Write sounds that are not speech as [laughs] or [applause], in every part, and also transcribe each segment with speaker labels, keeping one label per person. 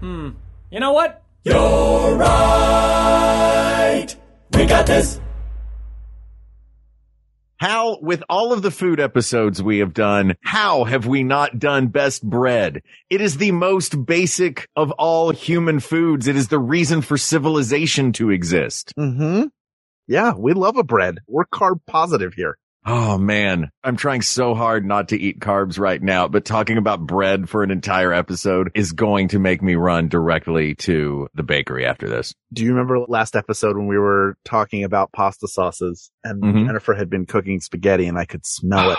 Speaker 1: Hmm. You know what?
Speaker 2: You're right. We got this.
Speaker 3: How, with all of the food episodes we have done, how have we not done best bread? It is the most basic of all human foods. It is the reason for civilization to exist.
Speaker 4: Mm-hmm. Yeah, we love a bread. We're carb positive here.
Speaker 3: Oh man, I'm trying so hard not to eat carbs right now, but talking about bread for an entire episode is going to make me run directly to the bakery after this.
Speaker 4: Do you remember last episode when we were talking about pasta sauces and
Speaker 5: Mm-hmm.
Speaker 3: Mhm.
Speaker 4: Jennifer had been cooking spaghetti and I could smell it.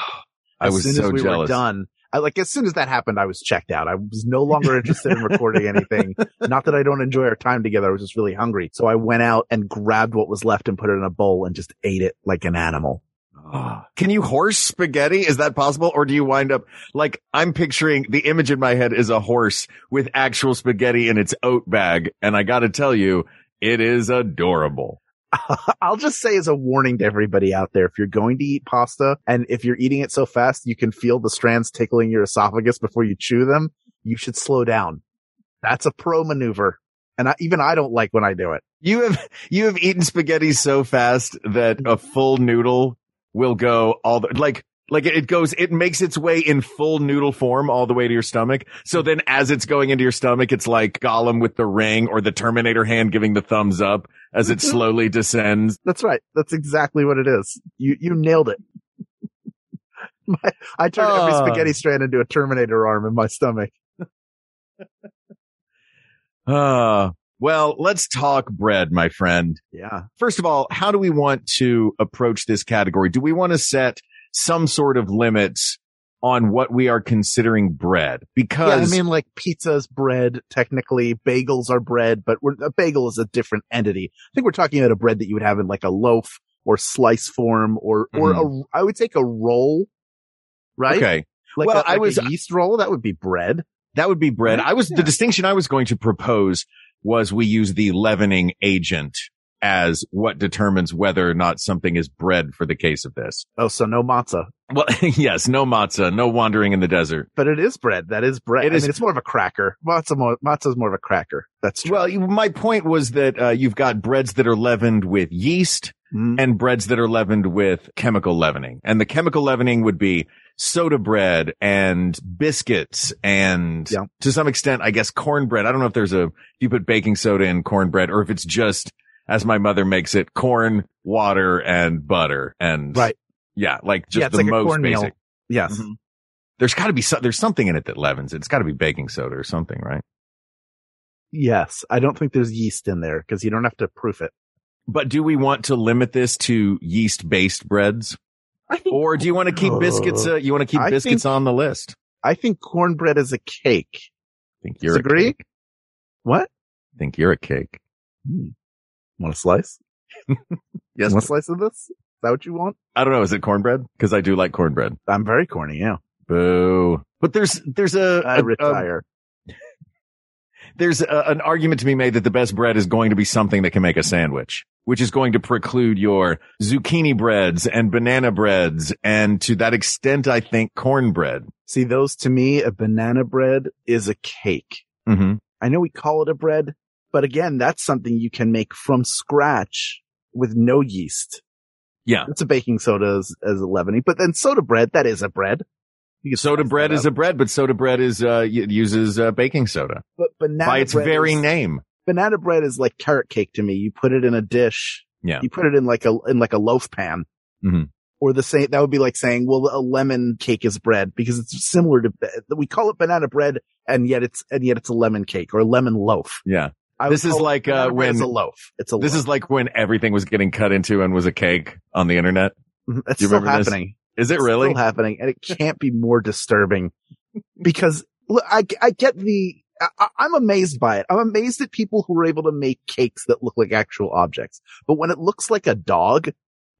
Speaker 3: I
Speaker 4: As
Speaker 3: was
Speaker 4: soon
Speaker 3: so
Speaker 4: as we
Speaker 3: jealous.
Speaker 4: Were done. I, like as soon as that happened, I was checked out. I was no longer interested in recording
Speaker 3: [laughs]
Speaker 4: anything. Not that I don't enjoy our time together. I was just really hungry. So I went out and grabbed what was left and put it in a bowl and just ate it like an animal.
Speaker 3: [gasps] Can you horse spaghetti? Is that possible? Or do you wind up like I'm picturing the image in my head is a horse with actual spaghetti in its oat bag. And I got to tell you, it is adorable.
Speaker 4: I'll just say as a warning to everybody out there, if you're going to eat pasta and if you're eating it so fast, you can feel the strands tickling your esophagus before you chew them. You should slow down. That's a pro maneuver. And I, even I don't like when I do it.
Speaker 3: You have, you have eaten spaghetti so fast that a full noodle will go all the, like, like it goes, it makes its way in full noodle form all the way to your stomach. So then as it's going into your stomach, it's like Gollum with the ring or the Terminator hand giving the thumbs up as it slowly descends.
Speaker 4: That's right. That's exactly what it is. You, you nailed it. [laughs] My, I turned every
Speaker 3: Ah.
Speaker 4: spaghetti strand into a Terminator arm in my stomach.
Speaker 3: Uh, well, let's talk bread, my friend.
Speaker 4: Yeah.
Speaker 3: First of all, how do we want to approach this category? Do we want to set some sort of limits on what we are considering bread?
Speaker 4: Yeah. I
Speaker 3: Because
Speaker 4: mean, like pizza's bread, technically bagels are bread, but we're, a bagel is a different entity. I think we're talking about a bread that you would have in like a loaf or slice form or, or a, I would take a roll, right?
Speaker 3: okay,
Speaker 4: Like,
Speaker 3: Well,
Speaker 4: a,
Speaker 3: I
Speaker 4: like a
Speaker 3: was-
Speaker 4: yeast roll. That would be bread.
Speaker 3: that would be bread. I was the distinction I was going to propose was we use the leavening agent as what determines whether or not something is bread for the case of this.
Speaker 4: Oh, so no matzah,
Speaker 3: Well, [laughs] yes, no matzah, no wandering in the desert.
Speaker 4: but it is bread. That is bread.
Speaker 3: It
Speaker 4: I
Speaker 3: is-
Speaker 4: mean, it's more of a cracker. Matzah, more, matzah's more of a cracker. That's true.
Speaker 3: Well, you- my point was that uh, you've got breads that are leavened with yeast
Speaker 4: Mm.
Speaker 3: and breads that are leavened with chemical leavening. And the chemical leavening would be soda bread and biscuits and
Speaker 4: Yeah.
Speaker 3: to some extent, I guess cornbread. I don't know if there's a, if you put baking soda in cornbread or if it's just, as my mother makes it, corn, water and butter and
Speaker 4: Right.
Speaker 3: Yeah. Like just
Speaker 4: Yeah, it's
Speaker 3: the
Speaker 4: like a
Speaker 3: most
Speaker 4: cornmeal. Mm-hmm.
Speaker 3: basic.
Speaker 4: yes.
Speaker 3: Mhm. There's gotta be, so- there's something in it that leavens. it. It's gotta be baking soda or something, right?
Speaker 4: Yes. I don't think there's yeast in there because you don't have to proof it.
Speaker 3: But do we want to limit this to yeast based breads?
Speaker 4: I think
Speaker 3: Or do you want to keep biscuits? Uh, you want to keep
Speaker 4: I
Speaker 3: biscuits on the list?
Speaker 4: I think cornbread is a cake.
Speaker 3: I think you're
Speaker 4: Disagree?
Speaker 3: a cake.
Speaker 4: What?
Speaker 3: I think you're a cake.
Speaker 4: Want a slice?
Speaker 3: Yes.
Speaker 4: Want a slice of this? Is that what you want?
Speaker 3: I don't know. Is it cornbread? Cause I do like cornbread.
Speaker 4: I'm very corny. Yeah.
Speaker 3: Boo. But there's, there's a,
Speaker 4: I
Speaker 3: a- a-
Speaker 4: retire.
Speaker 3: there's a, an argument to be made that the best bread is going to be something that can make a sandwich, which is going to preclude your zucchini breads and banana breads. And to that extent, I think cornbread.
Speaker 4: See, those to me, a banana bread is a cake.
Speaker 3: Mm-hmm.
Speaker 4: I know we call it a bread, but again, that's something you can make from scratch with no yeast.
Speaker 3: Yeah.
Speaker 4: It's a baking soda as, as a leavening, but then soda bread, that is a bread. You could
Speaker 3: Soda
Speaker 4: slice
Speaker 3: bread
Speaker 4: that
Speaker 3: is
Speaker 4: up.
Speaker 3: a bread, but soda bread is, uh, y- uses, uh, baking soda
Speaker 4: but banana
Speaker 3: by its
Speaker 4: bread
Speaker 3: very
Speaker 4: is-
Speaker 3: name.
Speaker 4: Banana bread is like carrot cake to me. You put it in a dish.
Speaker 3: Yeah.
Speaker 4: You put it in like a in like a loaf pan.
Speaker 3: Mhm.
Speaker 4: Or the same that would be like saying, well, a lemon cake is bread because it's similar to we call it banana bread and yet it's and yet it's a lemon cake or a lemon loaf.
Speaker 3: Yeah.
Speaker 4: I
Speaker 3: This
Speaker 4: would
Speaker 3: is
Speaker 4: call it-
Speaker 3: like, uh,
Speaker 4: banana bread
Speaker 3: when-
Speaker 4: is a loaf. It's a
Speaker 3: This
Speaker 4: loaf.
Speaker 3: is like when everything was getting cut into and was a cake on the internet.
Speaker 4: Mhm. [laughs] it's
Speaker 3: do you
Speaker 4: still
Speaker 3: remember this?
Speaker 4: happening.
Speaker 3: Is it
Speaker 4: It's
Speaker 3: really?
Speaker 4: still happening and it can't be more disturbing because look, I I get the I, I'm amazed by it. I'm amazed at people who are able to make cakes that look like actual objects. But when it looks like a dog,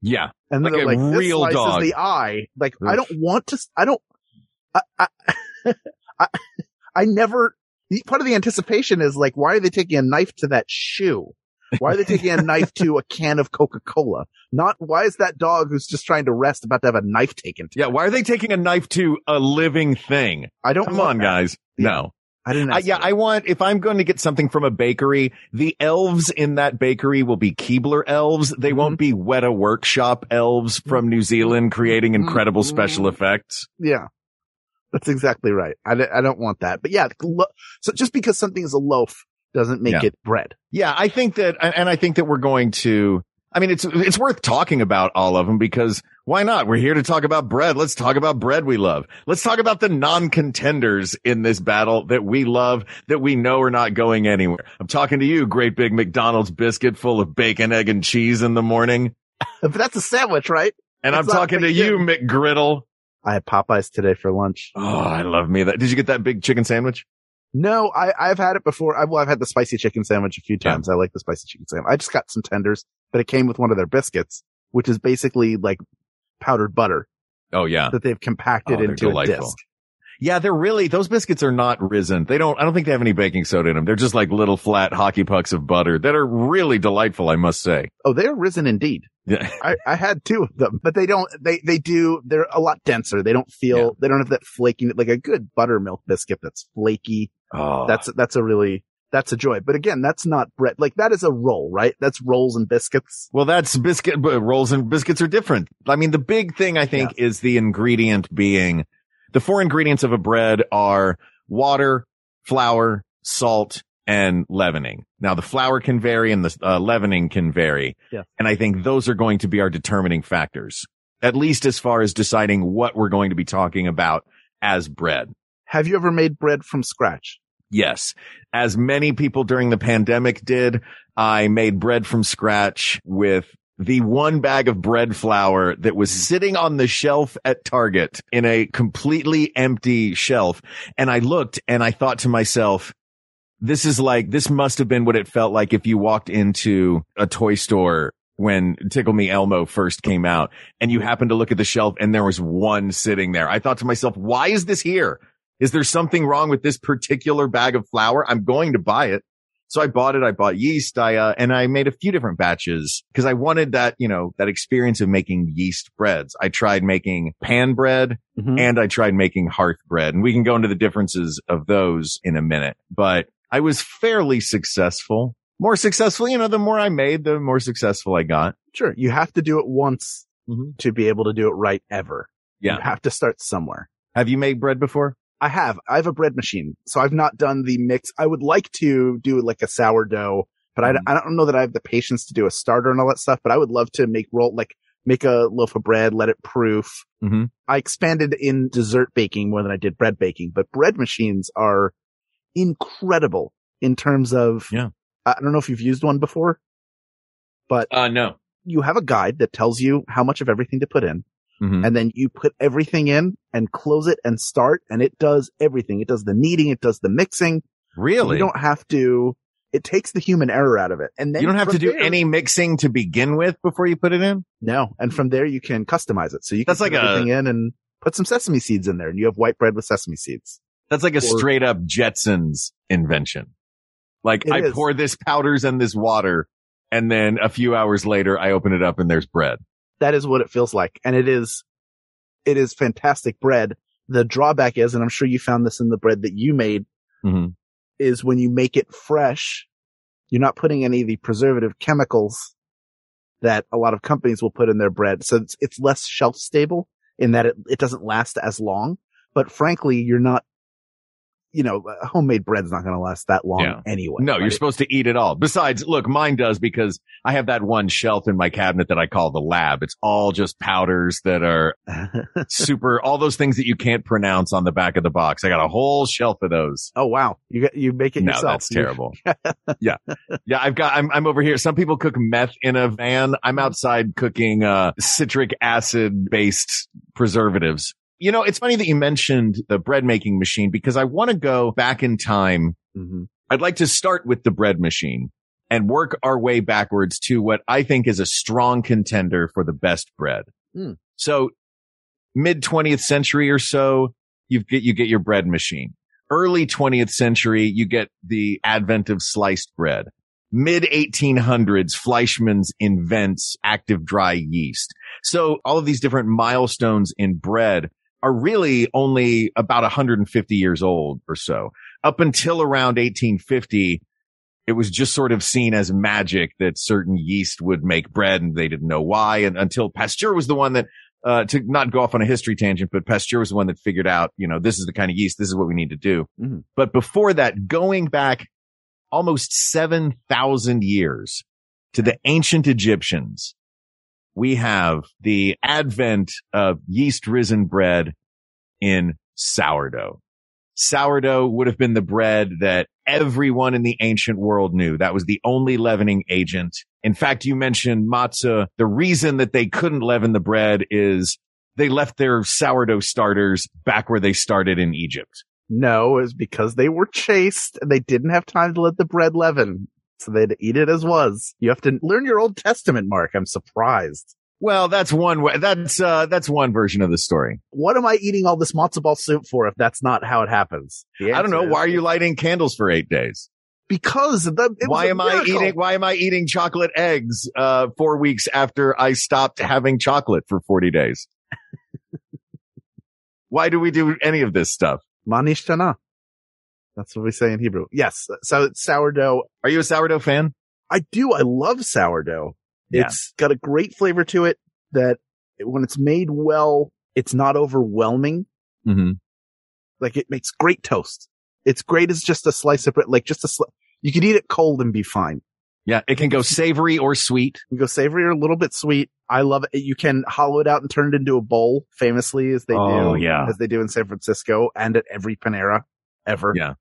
Speaker 3: Yeah.
Speaker 4: and
Speaker 3: Like
Speaker 4: they're
Speaker 3: a
Speaker 4: like, this
Speaker 3: real
Speaker 4: slice is
Speaker 3: dog.
Speaker 4: the eye. Like, I
Speaker 3: Oof.
Speaker 4: don't want to, s- I don't, I, I, [laughs] I, I never, the- part of the anticipation is like, why are they taking a knife to that shoe? Why are they taking a knife to a can of Coca-Cola? Not, why is that dog who's just trying to rest about to have a knife taken to?
Speaker 3: Yeah. Why are they taking a knife to a living thing?
Speaker 4: I don't
Speaker 3: Come
Speaker 4: want
Speaker 3: on,
Speaker 4: that.
Speaker 3: guys.
Speaker 4: Yeah.
Speaker 3: No.
Speaker 4: I didn't
Speaker 3: I,
Speaker 4: ask
Speaker 3: yeah,
Speaker 4: for that.
Speaker 3: I want, if I'm going to get something from a bakery, the elves in that bakery will be Keebler elves. They won't be Weta Workshop elves from New Zealand creating incredible special effects.
Speaker 4: Yeah. That's exactly right. I, don't- I don't want that. But yeah, lo- so just because something is a loaf doesn't make
Speaker 3: Yeah.
Speaker 4: it bread. [laughs]
Speaker 3: Yeah, I think that, and and I think that we're going to, I mean, it's, it's worth talking about all of them because why not? We're here to talk about bread. Let's talk about bread we love. Let's talk about the non-contenders in this battle that we love, that we know are not going anywhere. I'm talking to you, great big McDonald's biscuit full of bacon, egg and cheese in the morning.
Speaker 4: But that's a sandwich, right?
Speaker 3: And
Speaker 4: It's
Speaker 3: I'm
Speaker 4: not
Speaker 3: talking to
Speaker 4: big
Speaker 3: you, McGriddle.
Speaker 4: I had Popeyes today for lunch.
Speaker 3: Oh, I love me that. Did you get that big chicken sandwich?
Speaker 4: No, I, I've had it before. I, well, I've had the spicy chicken sandwich a few
Speaker 3: Yeah.
Speaker 4: times. I like the spicy chicken sandwich. I just got some tenders, but it came with one of their biscuits, which is basically like powdered butter
Speaker 3: Oh yeah.
Speaker 4: that they've compacted
Speaker 3: Oh, they're
Speaker 4: into a
Speaker 3: delightful.
Speaker 4: disc.
Speaker 3: Yeah, they're really, those biscuits are not risen. They don't, I don't think they have any baking soda in them. They're just like little flat hockey pucks of butter that are really delightful, I must say. [laughs]
Speaker 4: Oh, they're risen indeed.
Speaker 3: Yeah.
Speaker 4: I, I had two of them, but they don't, they, they do, they're a lot denser. They don't feel,
Speaker 3: Yeah.
Speaker 4: they don't have that flaking, like a good buttermilk biscuit that's flaky.
Speaker 3: Oh,
Speaker 4: That's, that's a really, that's a joy. But again, that's not bread. Like that is a roll, right? That's rolls and biscuits.
Speaker 3: well, that's biscuit but rolls and biscuits are different. I mean, the big thing I think is the ingredient being the four ingredients of a bread are water, flour, salt, and leavening. Now the flour can vary and the uh, leavening can vary.
Speaker 4: Yeah.
Speaker 3: And I think those are going to be our determining factors, at least as far as deciding what we're going to be talking about as bread.
Speaker 4: Have you ever made bread from scratch?
Speaker 3: Yes. As many people during the pandemic did, I made bread from scratch with the one bag of bread flour that was sitting on the shelf at Target in a completely empty shelf. And I looked and I thought to myself, this is like, this must have been what it felt like if you walked into a toy store when Tickle Me Elmo first came out and you happened to look at the shelf and there was one sitting there. I thought to myself, why is this here? Is there something wrong with this particular bag of flour? I'm going to buy it. So I bought it. I bought yeast. I, uh, and I made a few different batches because I wanted that, you know, that experience of making yeast breads. I tried making pan bread
Speaker 4: Mhm.
Speaker 3: and I tried making hearth bread and we can go into the differences of those in a minute, but I was fairly successful, more successful, you know, the more I made, the more successful I got.
Speaker 4: Sure. You have to do it once
Speaker 3: Mhm.
Speaker 4: to be able to do it right ever.
Speaker 3: Yeah.
Speaker 4: You have to start somewhere.
Speaker 3: Have you made bread before?
Speaker 4: I have, I have a bread machine, so I've not done the mix. I would like to do like a sourdough, but I, don't- I don't know that I have the patience to do a starter and all that stuff, but I would love to make roll, like make a loaf of bread, let it proof.
Speaker 3: Mhm.
Speaker 4: I expanded in dessert baking more than I did bread baking, but bread machines are incredible in terms of,
Speaker 3: Yeah.
Speaker 4: I I don't know if you've used one before, but
Speaker 3: Uh, no.
Speaker 4: you have a guide that tells you how much of everything to put in
Speaker 3: Mhm.
Speaker 4: Mm-hmm. and then you put everything in and close it and start and it does everything. It does the kneading. It does the mixing.
Speaker 3: Really?
Speaker 4: You don't have to, it takes the human error out of it. And then
Speaker 3: You don't have to
Speaker 4: from
Speaker 3: do
Speaker 4: there-
Speaker 3: any mixing to begin with before you put it in?
Speaker 4: No. And from there you can customize it. So you can
Speaker 3: That's
Speaker 4: put
Speaker 3: like a-
Speaker 4: everything in and put some sesame seeds in there and you have white bread with sesame seeds.
Speaker 3: That's like a
Speaker 4: Or-
Speaker 3: straight up Jetsons invention. Like
Speaker 4: It
Speaker 3: I
Speaker 4: is.
Speaker 3: pour this powders and this water and then a few hours later I open it up and there's bread.
Speaker 4: That is what it feels like. And it is, it is fantastic bread. The drawback is, and I'm sure you found this in the bread that you made Mm-hmm.
Speaker 3: Mhm.
Speaker 4: is when you make it fresh, you're not putting any of the preservative chemicals that a lot of companies will put in their bread. So it's, it's less shelf stable in that it, it doesn't last as long. But frankly, you're not, you know, uh, homemade bread's not going to last that long
Speaker 3: Yeah.
Speaker 4: anyway.
Speaker 3: No,
Speaker 4: right?
Speaker 3: you're supposed to eat it all. Besides, look, mine does because I have that one shelf in my cabinet that I call the lab. It's all just powders
Speaker 4: [laughs]
Speaker 3: that are super, all those things that you can't pronounce on the back of the box. I got a whole shelf of those.
Speaker 4: oh, wow. You got, you make it
Speaker 3: no,
Speaker 4: yourself. [laughs]
Speaker 3: that's terrible. yeah. Yeah. I've got, I'm, I'm over here. Some people cook meth in a van. I'm
Speaker 4: Mm-hmm.
Speaker 3: outside cooking, uh, citric acid based preservatives. You know, it's funny that you mentioned the bread making machine because I want to go back in time
Speaker 4: hmm
Speaker 3: I'd like to start with the bread machine and work our way backwards to what I think is a strong contender for the best bread.
Speaker 4: Hmm.
Speaker 3: So mid 20th century or so, you get, you get your bread machine. Early 20th century, you get the advent of sliced bread. Mid 1800s, Fleischmann's invents active dry yeast. So all of these different milestones in bread are really only about 150 years old or so up until around 1850, it was just sort of seen as magic that certain yeast would make bread and they didn't know why. And until Pasteur was the one that, uh, to not go off on a history tangent, but Pasteur was the one that figured out, you know, this is the kind of yeast. This is what we need to do.
Speaker 4: Mhm.
Speaker 3: But before that, going back almost 7,000 years to the ancient Egyptians, we have the advent of yeast risen bread in sourdough sourdough would have been the bread that everyone in the ancient world knew. That was the only leavening agent. In fact, you mentioned matzah. The reason that they couldn't leaven the bread is they left their sourdough starters back where they started in Egypt.
Speaker 4: No, it was because they were chased and they didn't have time to let the bread leaven. So they'd eat it as was. You have to learn your Old Testament, Mark. I'm surprised.
Speaker 3: Well, that's one way. That's, uh, that's one version of the story.
Speaker 4: What am I eating all this matzo ball soup for if that's not how it happens? The
Speaker 3: I don't know.
Speaker 4: answer is-
Speaker 3: Why are you lighting candles for eight days?
Speaker 4: Because the, it was
Speaker 3: why
Speaker 4: a
Speaker 3: am
Speaker 4: miracle.
Speaker 3: I eating? Why am I eating chocolate eggs, uh, four weeks after I stopped having chocolate for 40 days? [laughs] why do we do any of this stuff?
Speaker 4: Manishtana. That's what we say in Hebrew. Yes. So it's sourdough.
Speaker 3: Are you a sourdough fan?
Speaker 4: I do. I love sourdough.
Speaker 3: Yeah.
Speaker 4: It's got a great flavor to it that when it's made well, it's not overwhelming.
Speaker 3: Mm-hmm.
Speaker 4: Like it makes great toast. It's great as just a slice of bread, like just a sli- you could eat it cold and be fine.
Speaker 3: Yeah, it can go savory or sweet.
Speaker 4: You go savory or a little bit sweet. I love it. You can hollow it out and turn it into a bowl, famously as they
Speaker 3: Oh,
Speaker 4: do,
Speaker 3: yeah.
Speaker 4: as they do in San Francisco and at every Panera ever.
Speaker 3: Yeah.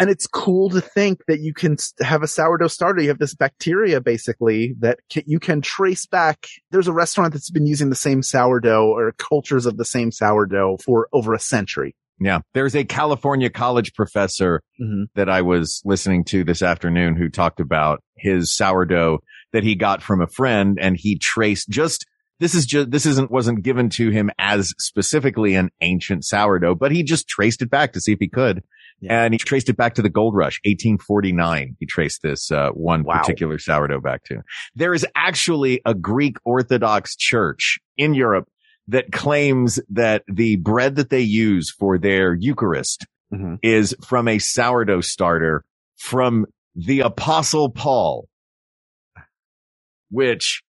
Speaker 4: And it's cool to think that you can s- have a sourdough starter. You have this bacteria basically that ca you can trace back. There's a restaurant that's been using the same sourdough or cultures of the same sourdough for over a century.
Speaker 3: Yeah, there's a California college professor
Speaker 4: Mhm.
Speaker 3: that I was listening to this afternoon who talked about his sourdough that he got from a friend and he traced just this is just this isn't wasn't given to him as specifically an ancient sourdough, but he just traced it back to see if he could.
Speaker 4: Yeah.
Speaker 3: And he traced it back to the gold rush, 1849. He traced this uh, one
Speaker 4: Wow.
Speaker 3: particular sourdough back to. There is actually a Greek Orthodox church in Europe that claims that the bread that they use for their Eucharist
Speaker 4: Mhm.
Speaker 3: is from a sourdough starter from the apostle Paul, which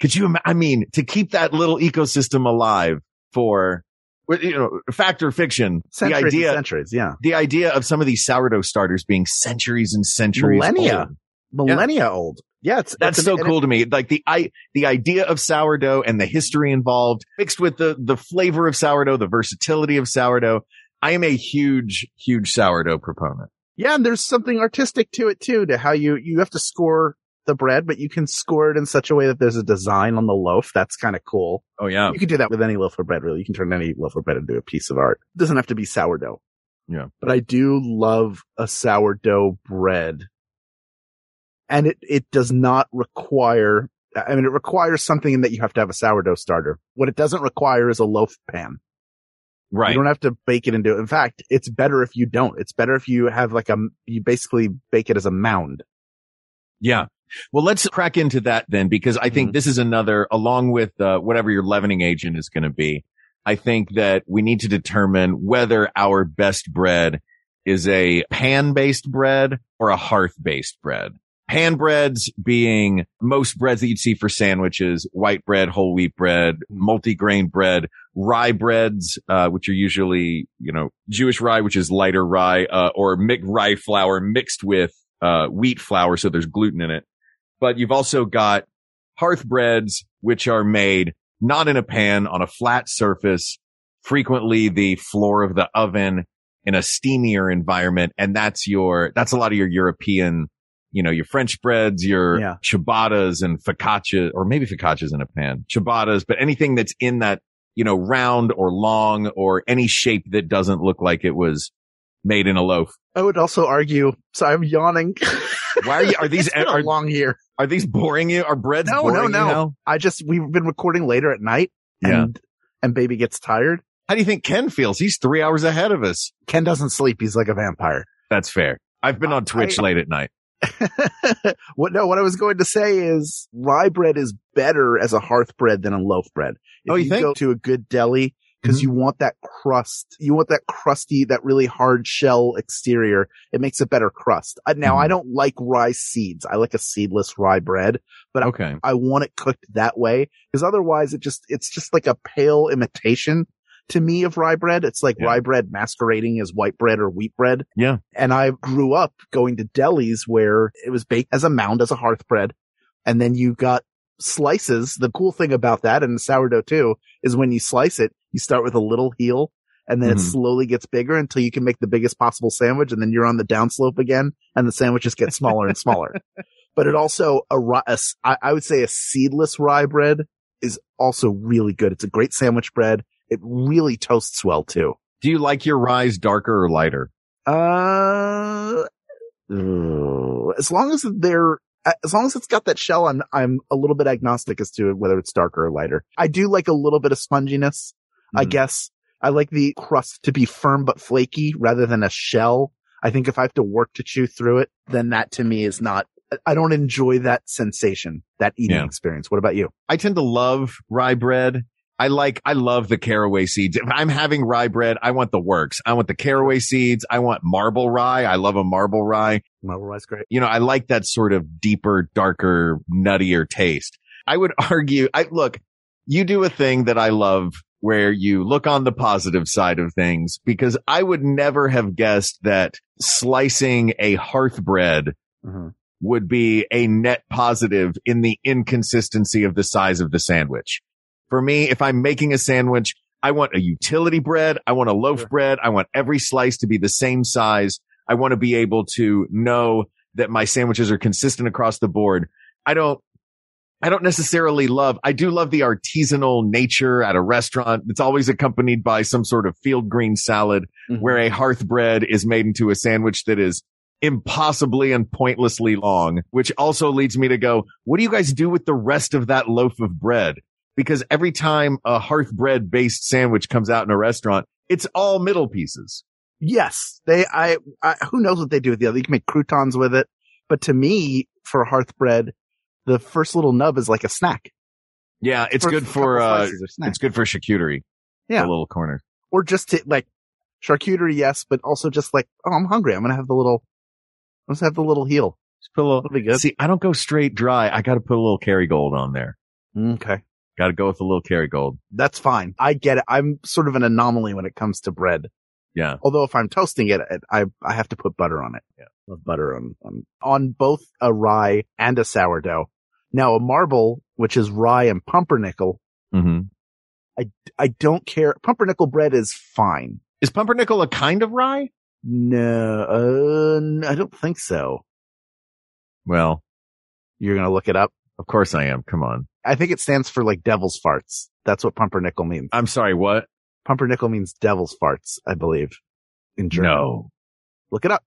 Speaker 3: could you, ima- I mean, to keep that little ecosystem alive for, well, you know, fact or fiction, the
Speaker 4: Centuries, and
Speaker 3: idea,
Speaker 4: centuries. Yeah.
Speaker 3: the idea of some of these sourdough starters being centuries and centuries.
Speaker 4: Millennia.
Speaker 3: old.
Speaker 4: Millennia old. Yeah. It's,
Speaker 3: That's
Speaker 4: it's
Speaker 3: so
Speaker 4: ama- and it-
Speaker 3: cool to me. Like the I the idea of sourdough and the history involved, mixed with the the flavor of sourdough, the versatility of sourdough. I am a huge, huge sourdough proponent.
Speaker 4: Yeah, and there's something artistic to it too, to how you you have to score the bread, but you can score it in such a way that there's a design on the loaf. That's kind of cool.
Speaker 3: Oh yeah.
Speaker 4: You can do that with any loaf of bread, really. You can turn any loaf of bread into a piece of art. It doesn't have to be sourdough.
Speaker 3: Yeah.
Speaker 4: But I do love a sourdough bread. And it, it does not require, I mean, it requires something in that you have to have a sourdough starter. What it doesn't require is a loaf pan.
Speaker 3: Right.
Speaker 4: You don't have to bake it into it. In fact, it's better if you don't. It's better if you have like a, you basically bake it as a mound.
Speaker 3: Yeah. Well, let's crack into that then, because I think this is another, along with uh, whatever your leavening agent is going to be. I think that we need to determine whether our best bread is a pan based bread or a hearth based bread. Pan breads being most breads that you'd see for sandwiches, white bread, whole wheat bread, multi-grain bread, rye breads, uh, which are usually, you know, Jewish rye, which is lighter rye, uh, or mic rye flour mixed with uh, wheat flour, so there's gluten in it. But you've also got hearth breads, which are made not in a pan on a flat surface, frequently the floor of the oven in a steamier environment. And that's your, that's a lot of your European, you know, your French breads, your
Speaker 4: Yeah.
Speaker 3: ciabattas and focaccia, or maybe focaccias in a pan, ciabattas, but anything that's in that, you know, round or long or any shape that doesn't look like it was made in a loaf.
Speaker 4: I would also argue. So I'm yawning.
Speaker 3: Why are you, are
Speaker 4: [laughs]
Speaker 3: these
Speaker 4: It's been a
Speaker 3: are,
Speaker 4: long year.
Speaker 3: are these boring you? Are breads
Speaker 4: No,
Speaker 3: boring
Speaker 4: no,
Speaker 3: you
Speaker 4: no.
Speaker 3: now?
Speaker 4: I just we've been recording later at night,
Speaker 3: Yeah.
Speaker 4: and and baby gets tired.
Speaker 3: How do you think Ken feels? He's three hours ahead of us.
Speaker 4: Ken doesn't sleep. He's like a vampire.
Speaker 3: That's fair. I've been on Twitch
Speaker 4: I-
Speaker 3: late at night.
Speaker 4: [laughs] what? No, what I was going to say is rye bread is better as a hearth bread than a loaf bread. If
Speaker 3: Oh, you think? Mm-hmm.
Speaker 4: go to a good deli because you want that crust, you want that crusty, that really hard shell exterior. It makes a better crust. Uh, Now,
Speaker 3: Mm-hmm.
Speaker 4: I don't like rye seeds. I like a seedless rye bread. But
Speaker 3: Okay.
Speaker 4: I want it cooked that way because otherwise it just, it's just like a pale imitation to me of rye bread. It's like
Speaker 3: Yeah.
Speaker 4: rye bread masquerading as white bread or wheat bread.
Speaker 3: Yeah.
Speaker 4: And I grew up going to delis where it was baked as a mound, as a hearth bread. And then you got slices. The cool thing about that and sourdough too is when you slice it, you start with a little heel and then
Speaker 3: Mhm.
Speaker 4: it slowly gets bigger until you can make the biggest possible sandwich. And then you're on the downslope again and the sandwiches get smaller and smaller. But it also, a, ri- a s- I I would say a seedless rye bread is also really good. It's a great sandwich bread. It really toasts well too.
Speaker 3: Do you like your rise darker or lighter?
Speaker 4: Uh, mm, as long as they're, as long as it's got that shell, I'm, I'm a little bit agnostic as to whether it's darker or lighter. I do like a little bit of sponginess, I
Speaker 3: Mhm.
Speaker 4: guess. I like the crust to be firm but flaky rather than a shell. I think if I have to work to chew through it, then that to me is not, I don't enjoy that sensation, that eating
Speaker 3: Yeah.
Speaker 4: experience. What about you?
Speaker 3: I tend to love rye bread. I like, I love the caraway seeds. If I'm having rye bread, I want the works. I want the caraway seeds. I want marble rye. I love a marble rye.
Speaker 4: Marble rice great.
Speaker 3: You know, I like that sort of deeper, darker, nuttier taste. I would [laughs] argue, I look, you do a thing that I love where you look on the positive side of things because I would never have guessed that slicing a hearth bread would be a net positive in the inconsistency of the size of the sandwich. For me, if I'm making a sandwich, I want a utility bread. I want a loaf
Speaker 4: Sure.
Speaker 3: bread. I want every slice to be the same size. I want to be able to know that my sandwiches are consistent across the board. I don't, I don't necessarily love, I do love the artisanal nature at a restaurant. It's always accompanied by some sort of field green salad
Speaker 4: Mhm.
Speaker 3: where a hearth bread is made into a sandwich that is impossibly and pointlessly long, which also leads me to go, what do you guys do with the rest of that loaf of bread? Because every time a hearth bread based sandwich comes out in a restaurant, it's all middle pieces.
Speaker 4: Yes, they. I, I. Who knows what they do with the other? You can make croutons with it, but to me, for hearth bread, the first little nub is like a snack.
Speaker 3: Yeah, it's
Speaker 4: First
Speaker 3: good for
Speaker 4: couple
Speaker 3: uh,
Speaker 4: slices are snack.
Speaker 3: it's good for charcuterie.
Speaker 4: Yeah.
Speaker 3: the little corner.
Speaker 4: or just to like charcuterie, yes, but also just like, oh, I'm hungry. I'm gonna have the little. Let's have the little heel.
Speaker 3: Just put a little.
Speaker 4: That'll be good.
Speaker 3: See, I don't go straight dry. I got to put a little Kerrygold on there.
Speaker 4: Okay,
Speaker 3: Got to go with a little Kerrygold.
Speaker 4: that's fine. I get it. I'm sort of an anomaly when it comes to bread.
Speaker 3: Yeah.
Speaker 4: Although if I'm toasting it, it- I I have to put butter on it. Yeah. Love butter on on, on both a rye and a sourdough. Now a marble, which is rye and pumpernickel,
Speaker 3: Mm-hmm.
Speaker 4: I don't care. Pumpernickel bread is fine.
Speaker 3: Is pumpernickel a kind of rye?
Speaker 4: No, uh, n- I don't think so.
Speaker 3: Well,
Speaker 4: You're gonna look it up.
Speaker 3: of course I am. Come on.
Speaker 4: I think it stands for like devil's farts. That's what pumpernickel means.
Speaker 3: I'm sorry. What?
Speaker 4: Pumpernickel means devil's farts, I believe. In German.
Speaker 3: No.
Speaker 4: Look it up.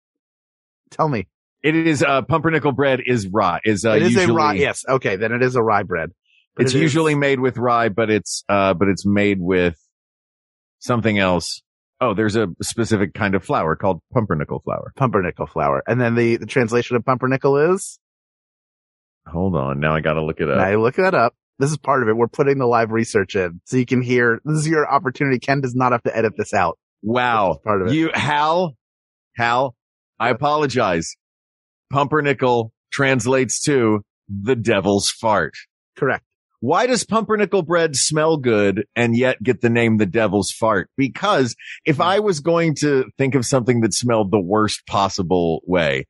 Speaker 4: Tell me.
Speaker 3: It is uh, pumpernickel bread is rye. Is uh,
Speaker 4: it is
Speaker 3: usually,
Speaker 4: a rye. Yes. Okay. Then it is a rye bread. But
Speaker 3: It's
Speaker 4: it is-
Speaker 3: usually made with rye, but it's uh, but it's made with something else. Oh, there's a specific kind of flour called pumpernickel flour.
Speaker 4: pumpernickel flour. And then the, the translation of pumpernickel is
Speaker 3: Hold on, now I got to look it up.
Speaker 4: now you look that up. This is part of it. We're putting the live research in so you can hear. This is your opportunity. Ken does not have to edit this out.
Speaker 3: Wow,
Speaker 4: That's part of it.
Speaker 3: you Hal, Hal, I apologize. Pumpernickel translates to the devil's fart.
Speaker 4: Correct.
Speaker 3: Why does pumpernickel bread smell good and yet get the name the devil's fart? Because
Speaker 5: Hmm.
Speaker 3: if I was going to think of something that smelled the worst possible way,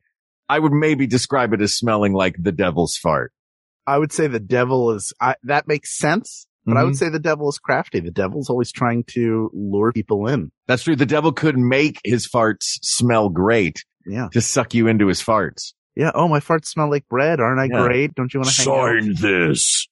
Speaker 3: I would maybe describe it as smelling like the devil's fart.
Speaker 4: I would say the devil is, I, that makes sense, but I
Speaker 3: Mm-hmm.
Speaker 4: would say the devil is crafty. The devil's always trying to lure people in.
Speaker 3: That's true. The devil could make his farts smell great
Speaker 4: Yeah.
Speaker 3: to suck you into his farts.
Speaker 4: Yeah. Oh, my farts smell like bread. Aren't I
Speaker 3: Yeah.
Speaker 4: great? Don't you want to hang out?
Speaker 5: this.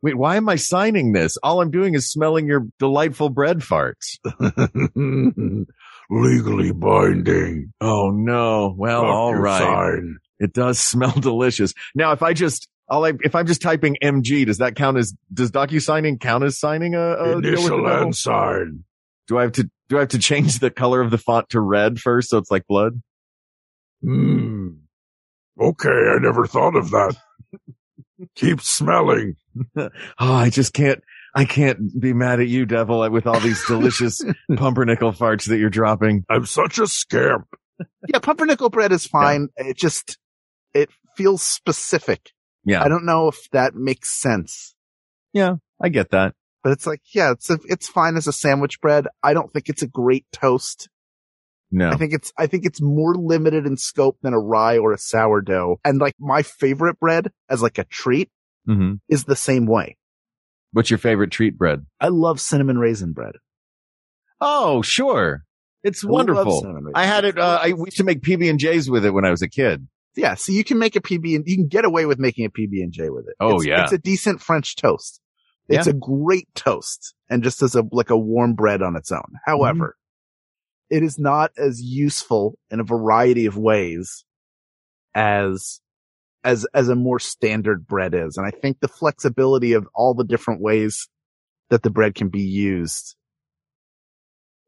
Speaker 3: Wait, why am I signing this? All I'm doing is smelling your delightful bread farts.
Speaker 5: [laughs] legally binding.
Speaker 3: Oh no. Well, all right.
Speaker 5: DocuSign.
Speaker 3: It does [laughs] smell delicious. Now, if I just, all I, if I'm just typing MG, does that count as, does DocuSigning count as signing a, a Oh, deal with the
Speaker 5: Initial
Speaker 3: devil?
Speaker 5: and sign.
Speaker 3: Do I have to, do I have to change the color of the font to red first? So it's like blood.
Speaker 5: Hmm. Okay, I never thought of that. [laughs] Keep smelling.
Speaker 3: Oh, I just can't, I can't be mad at you, devil, with all these
Speaker 4: [laughs]
Speaker 3: delicious pumpernickel farts that you're dropping.
Speaker 5: I'm such a scamp.
Speaker 4: Yeah, pumpernickel bread is fine. It just it feels specific.
Speaker 3: Yeah.
Speaker 4: I don't know if that makes sense,
Speaker 3: I get that.
Speaker 4: but it's like, yeah, it's a, it's fine as a sandwich bread. I don't think it's a great toast.
Speaker 3: No.
Speaker 4: I think it's I think it's more limited in scope than a rye or a sourdough. And like my favorite bread as like a treat
Speaker 3: hmm
Speaker 4: is the same way.
Speaker 3: What's your favorite treat bread?
Speaker 4: I love cinnamon raisin bread.
Speaker 3: Oh, sure. It's
Speaker 4: I love
Speaker 3: wonderful.
Speaker 4: cinnamon raisin
Speaker 3: I had
Speaker 4: bread.
Speaker 3: it. Uh, I we used to make PB and J's with it when I was a kid.
Speaker 4: yeah, so you can make a PB and you can get away with making a PB and J with it.
Speaker 3: Oh,
Speaker 4: It's-
Speaker 3: yeah.
Speaker 4: it's a decent French toast. It's a great toast, and just as a like a warm bread on its own.
Speaker 3: Mm-hmm.
Speaker 4: However, it is not as useful in a variety of ways as as as a more standard bread is, and I think the flexibility of all the different ways that the bread can be used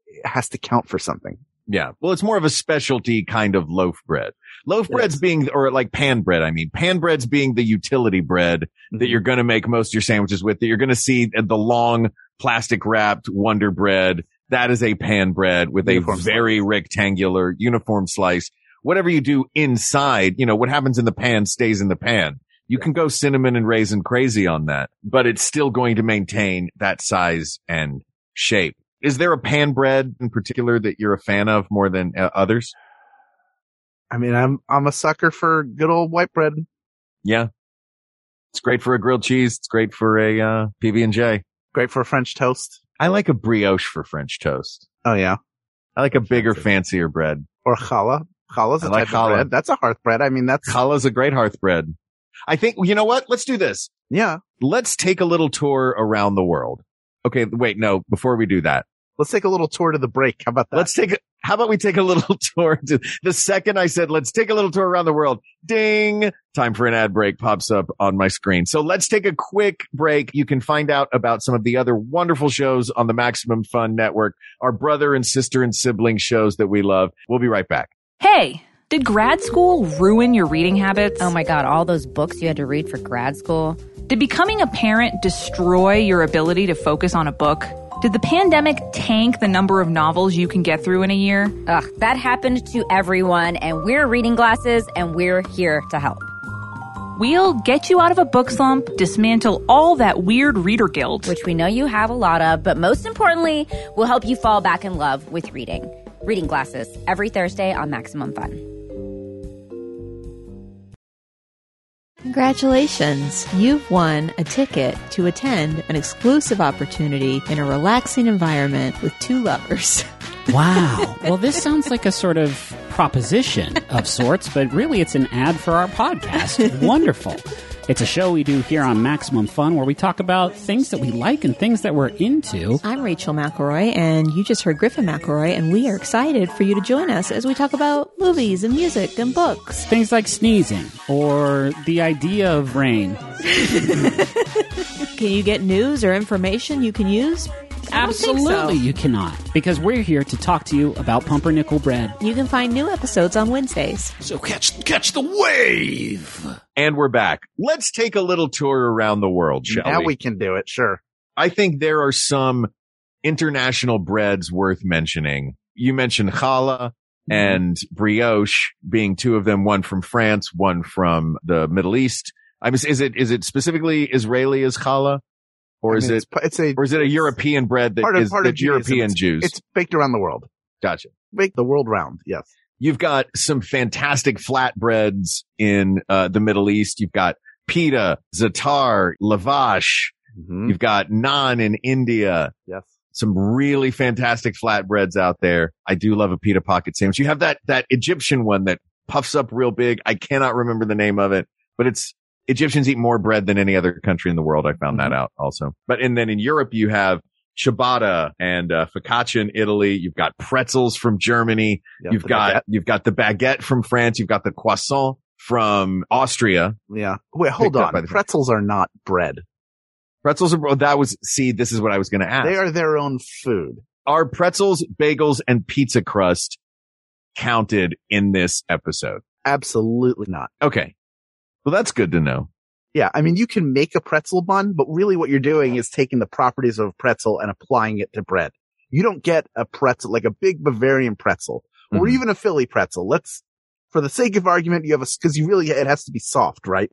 Speaker 4: it has to count for something.
Speaker 3: Yeah. Well, it's more of a specialty kind of loaf bread. Loaf bread's being, or like pan bread, I mean, pan bread's being the utility bread
Speaker 4: Mm-hmm.
Speaker 3: that you're going to make most of your sandwiches with, that you're going to see at the long plastic wrapped wonder bread. That is a pan bread with
Speaker 4: Uniform
Speaker 3: a
Speaker 4: slice.
Speaker 3: very rectangular uniform slice. Whatever you do inside, you know, what happens in the pan stays in the pan. You can go cinnamon and raisin crazy on that, but it's still going to maintain that size and shape. Is there a pan bread in particular that you're a fan of more than uh, others?
Speaker 4: I mean, I'm I'm a sucker for good old white bread.
Speaker 3: Yeah. It's great for a grilled cheese. It's great for a uh, PB and J.
Speaker 4: Great for a French toast.
Speaker 3: I like a brioche for French toast.
Speaker 4: Oh yeah.
Speaker 3: I like a bigger, fancier bread.
Speaker 4: Or challah. Challah's a
Speaker 3: I
Speaker 4: type
Speaker 3: like
Speaker 4: of
Speaker 3: challah.
Speaker 4: bread. That's a hearth bread. I mean, that's,
Speaker 3: Chala's a great hearth bread. I think, you know what? Let's do this.
Speaker 4: yeah.
Speaker 3: Let's take a little tour around the world. Okay. Wait, no, before we do that,
Speaker 4: Let's take a little tour to the break. How about that?
Speaker 3: let's take, a, how about we take a [laughs] little tour to the second I said, let's take a little tour around the world. Ding. Time for an ad break pops up on my screen. So let's take a quick break. You can find out about some of the other wonderful shows on the Maximum Fun Network, our brother and sister and sibling shows that we love. We'll be right back.
Speaker 6: Hey, did grad school ruin your reading habits?
Speaker 7: Oh my god, all those books you had to read for grad school.
Speaker 6: Did becoming a parent destroy your ability to focus on a book? Did the pandemic tank the number of novels you can get through in a year?
Speaker 7: Ugh, that happened to everyone, and we're reading glasses, and we're here to help.
Speaker 6: We'll get you out of a book slump, dismantle all that weird reader guilt.
Speaker 7: Which we know you have a lot of, but most importantly, we'll help you fall back in love with reading. Reading glasses every Thursday on Maximum Fun.
Speaker 8: Congratulations! You've won a ticket to attend an exclusive opportunity in a relaxing environment with two lovers. [laughs]
Speaker 9: Wow. well, this sounds like a sort of proposition of sorts, but really it's an ad for our podcast. Wonderful. It's a show we do here on Maximum Fun where we talk about things that we like and things that we're into.
Speaker 8: I'm Rachel McElroy, and you just heard Griffin McElroy, and we are excited for you to join us as we talk about movies and music and books.
Speaker 9: Things like sneezing or the idea of rain.
Speaker 8: Can you get news or information you can use? I don't think so.
Speaker 9: Absolutely, you cannot, because we're here to talk to you about pumpernickel bread.
Speaker 8: You can find new episodes on Wednesdays.
Speaker 5: So catch catch the wave.
Speaker 3: And we're back. Let's take a little tour around the world, shall
Speaker 4: now
Speaker 3: we?
Speaker 4: we? can do it. Sure.
Speaker 3: I think there are some international breads worth mentioning. You mentioned challah
Speaker 4: Mm-hmm.
Speaker 3: and brioche being two of them, one from France, one from the Middle East. I mean, is it, is it specifically Israeli as challah or
Speaker 4: I
Speaker 3: is
Speaker 4: mean,
Speaker 3: it,
Speaker 4: It's, p- it's a
Speaker 3: or is it a European bread that
Speaker 4: part of,
Speaker 3: is-
Speaker 4: part of
Speaker 3: that
Speaker 4: Judaism.
Speaker 3: European
Speaker 4: It's-
Speaker 3: Jews?
Speaker 4: It's baked around the world.
Speaker 3: gotcha.
Speaker 4: Baked the world round. Yes.
Speaker 3: You've got some fantastic flatbreads in uh, the Middle East. You've got pita, zatar, lavash. You've got naan in India.
Speaker 4: Mm-hmm. Yes.
Speaker 3: some really fantastic flatbreads out there. I do love a pita pocket sandwich. You have that that Egyptian one that puffs up real big. I cannot remember the name of it, but it's
Speaker 4: Mm-hmm.
Speaker 3: Egyptians eat more bread than any other country in the world. I found that out also. But and then in Europe you have ciabatta and uh, focaccia in Italy. You've got pretzels from Germany.
Speaker 4: Yeah,
Speaker 3: you've
Speaker 4: the
Speaker 3: got
Speaker 4: baguette.
Speaker 3: you've got the baguette from France. You've got the croissant from Austria.
Speaker 4: Yeah. Wait, hold
Speaker 3: Picked up
Speaker 4: on.
Speaker 3: by the-
Speaker 4: Pretzels are not bread.
Speaker 3: Pretzels are oh, that was see this is what I was going to ask.
Speaker 4: They are their own food.
Speaker 3: are pretzels, bagels, and pizza crust counted in this episode?
Speaker 4: Absolutely not.
Speaker 3: Okay. Well, that's good to know.
Speaker 4: Yeah. I mean, you can make a pretzel bun, but really what you're doing is taking the properties of a pretzel and applying it to bread. You don't get a pretzel, like a big Bavarian pretzel or
Speaker 3: Mhm.
Speaker 4: even a Philly pretzel. Let's, for the sake of argument, you have a, cause you really, it has to be soft, right?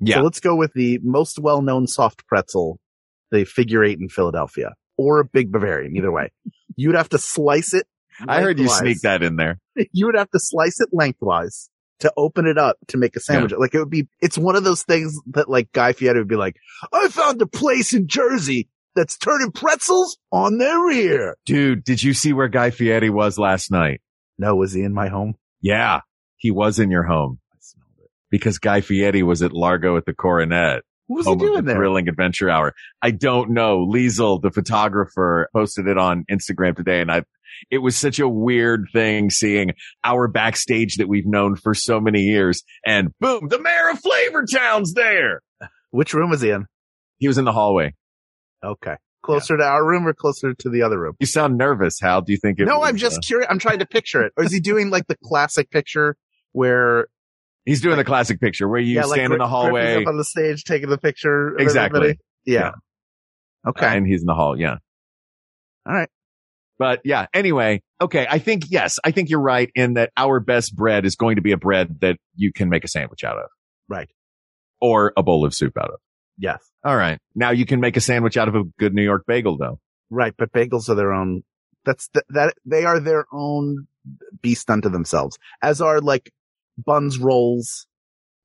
Speaker 3: Yeah.
Speaker 4: So let's go with the most well-known soft pretzel, the figure eight in Philadelphia or a big Bavarian, either way. You'd have to slice it.
Speaker 3: I heard you
Speaker 4: lengthwise.
Speaker 3: sneak that in there.
Speaker 4: you would have to slice it lengthwise to open it up to make a sandwich. Like it would be, it's one of those things that like Guy Fieri would be like, I found a place in Jersey that's turning pretzels on their ear.
Speaker 3: Dude, did you see where Guy Fieri was last night?
Speaker 4: No, was he in my home?
Speaker 3: Yeah. He was in your home
Speaker 4: I smelled it.
Speaker 3: because Guy Fieri was at Largo at the Coronet.
Speaker 4: What was
Speaker 3: home
Speaker 4: he
Speaker 3: of
Speaker 4: doing
Speaker 3: the
Speaker 4: there?
Speaker 3: Thrilling Adventure Hour. I don't know. Liesel, the photographer, posted it on Instagram today and I, it was such a weird thing seeing our backstage that we've known for so many years and boom, the mayor of Flavortown's there.
Speaker 4: Which room was he in?
Speaker 3: He was in the hallway.
Speaker 4: Okay. Closer to our room or closer to the other room?
Speaker 3: You sound nervous, Hal. Do you think it
Speaker 4: no,
Speaker 3: was,
Speaker 4: I'm just
Speaker 3: uh,
Speaker 4: curious. I'm trying to picture it. Or is he doing like the classic picture where
Speaker 3: he's doing the classic picture where you
Speaker 4: yeah, like
Speaker 3: stand
Speaker 4: Gri-
Speaker 3: in the hallway.
Speaker 4: Griffin's up on the stage taking the picture? of
Speaker 3: Exactly.
Speaker 4: everybody? Yeah. Okay.
Speaker 3: And he's in the hall. Yeah.
Speaker 4: All right.
Speaker 3: But yeah, anyway, okay. I think, yes, I think you're right in that our best bread is going to be a bread that you can make a sandwich out of
Speaker 4: Right.
Speaker 3: or a bowl of soup out of.
Speaker 4: Yes.
Speaker 3: All right. Now you can make a sandwich out of a good New York bagel though.
Speaker 4: Right, but bagels are their own. That's th- that they are their own beast unto themselves. As are like buns, rolls,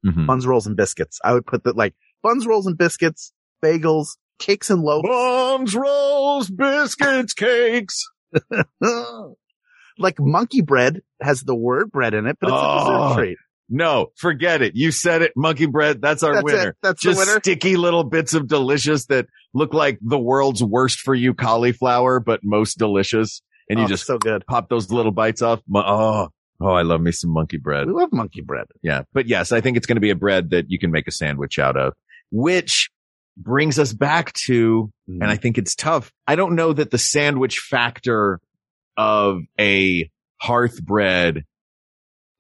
Speaker 3: Hmm. Mm-hmm.
Speaker 4: buns, rolls, and biscuits. I would put that like buns, rolls, and biscuits, bagels, cakes, and loaves.
Speaker 3: Buns, rolls, biscuits, cakes.
Speaker 4: [gasps] like monkey bread has the word bread in it, but it's a
Speaker 3: Oh,
Speaker 4: dessert treat.
Speaker 3: No, forget it. You said it. Monkey bread. That's our
Speaker 4: That's
Speaker 3: winner.
Speaker 4: it. That's
Speaker 3: Just
Speaker 4: the winner.
Speaker 3: sticky little bits of delicious that look like the world's worst for you cauliflower, but most delicious. And you
Speaker 4: Oh,
Speaker 3: just
Speaker 4: so good.
Speaker 3: pop those little bites off. Mo- Oh, oh, I love me some monkey bread.
Speaker 4: We love monkey bread.
Speaker 3: Yeah. But yes, I think it's going to be a bread that you can make a sandwich out of, which brings us back to, and I think it's tough. I don't know that the sandwich factor of a hearth bread.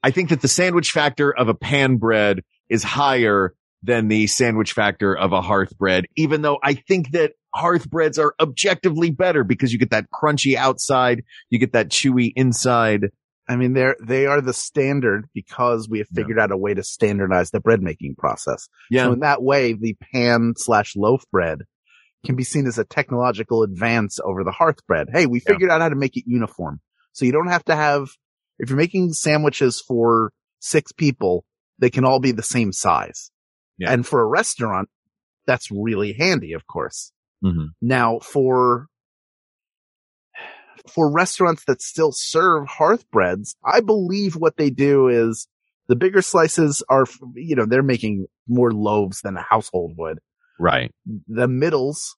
Speaker 3: I think that the sandwich factor of a pan bread is higher than the sandwich factor of a hearth bread, even though I think that hearth breads are objectively better because you get that crunchy outside, you get that chewy inside.
Speaker 4: I mean, they're they are the standard because we have
Speaker 3: Yeah.
Speaker 4: figured out a way to standardize the bread making process.
Speaker 3: Yeah.
Speaker 4: So in that way, the pan slash loaf bread can be seen as a technological advance over the hearth bread. Hey, we
Speaker 3: Yeah.
Speaker 4: figured out how to make it uniform. So you don't have to have, if you're making sandwiches for six people, they can all be the same size.
Speaker 3: Yeah.
Speaker 4: And for a restaurant, that's really handy, of course.
Speaker 3: Mhm.
Speaker 4: Now for, for restaurants that still serve hearth breads, I believe what they do is the bigger slices are, f- you know, they're making more loaves than a household would
Speaker 3: Right.
Speaker 4: the middles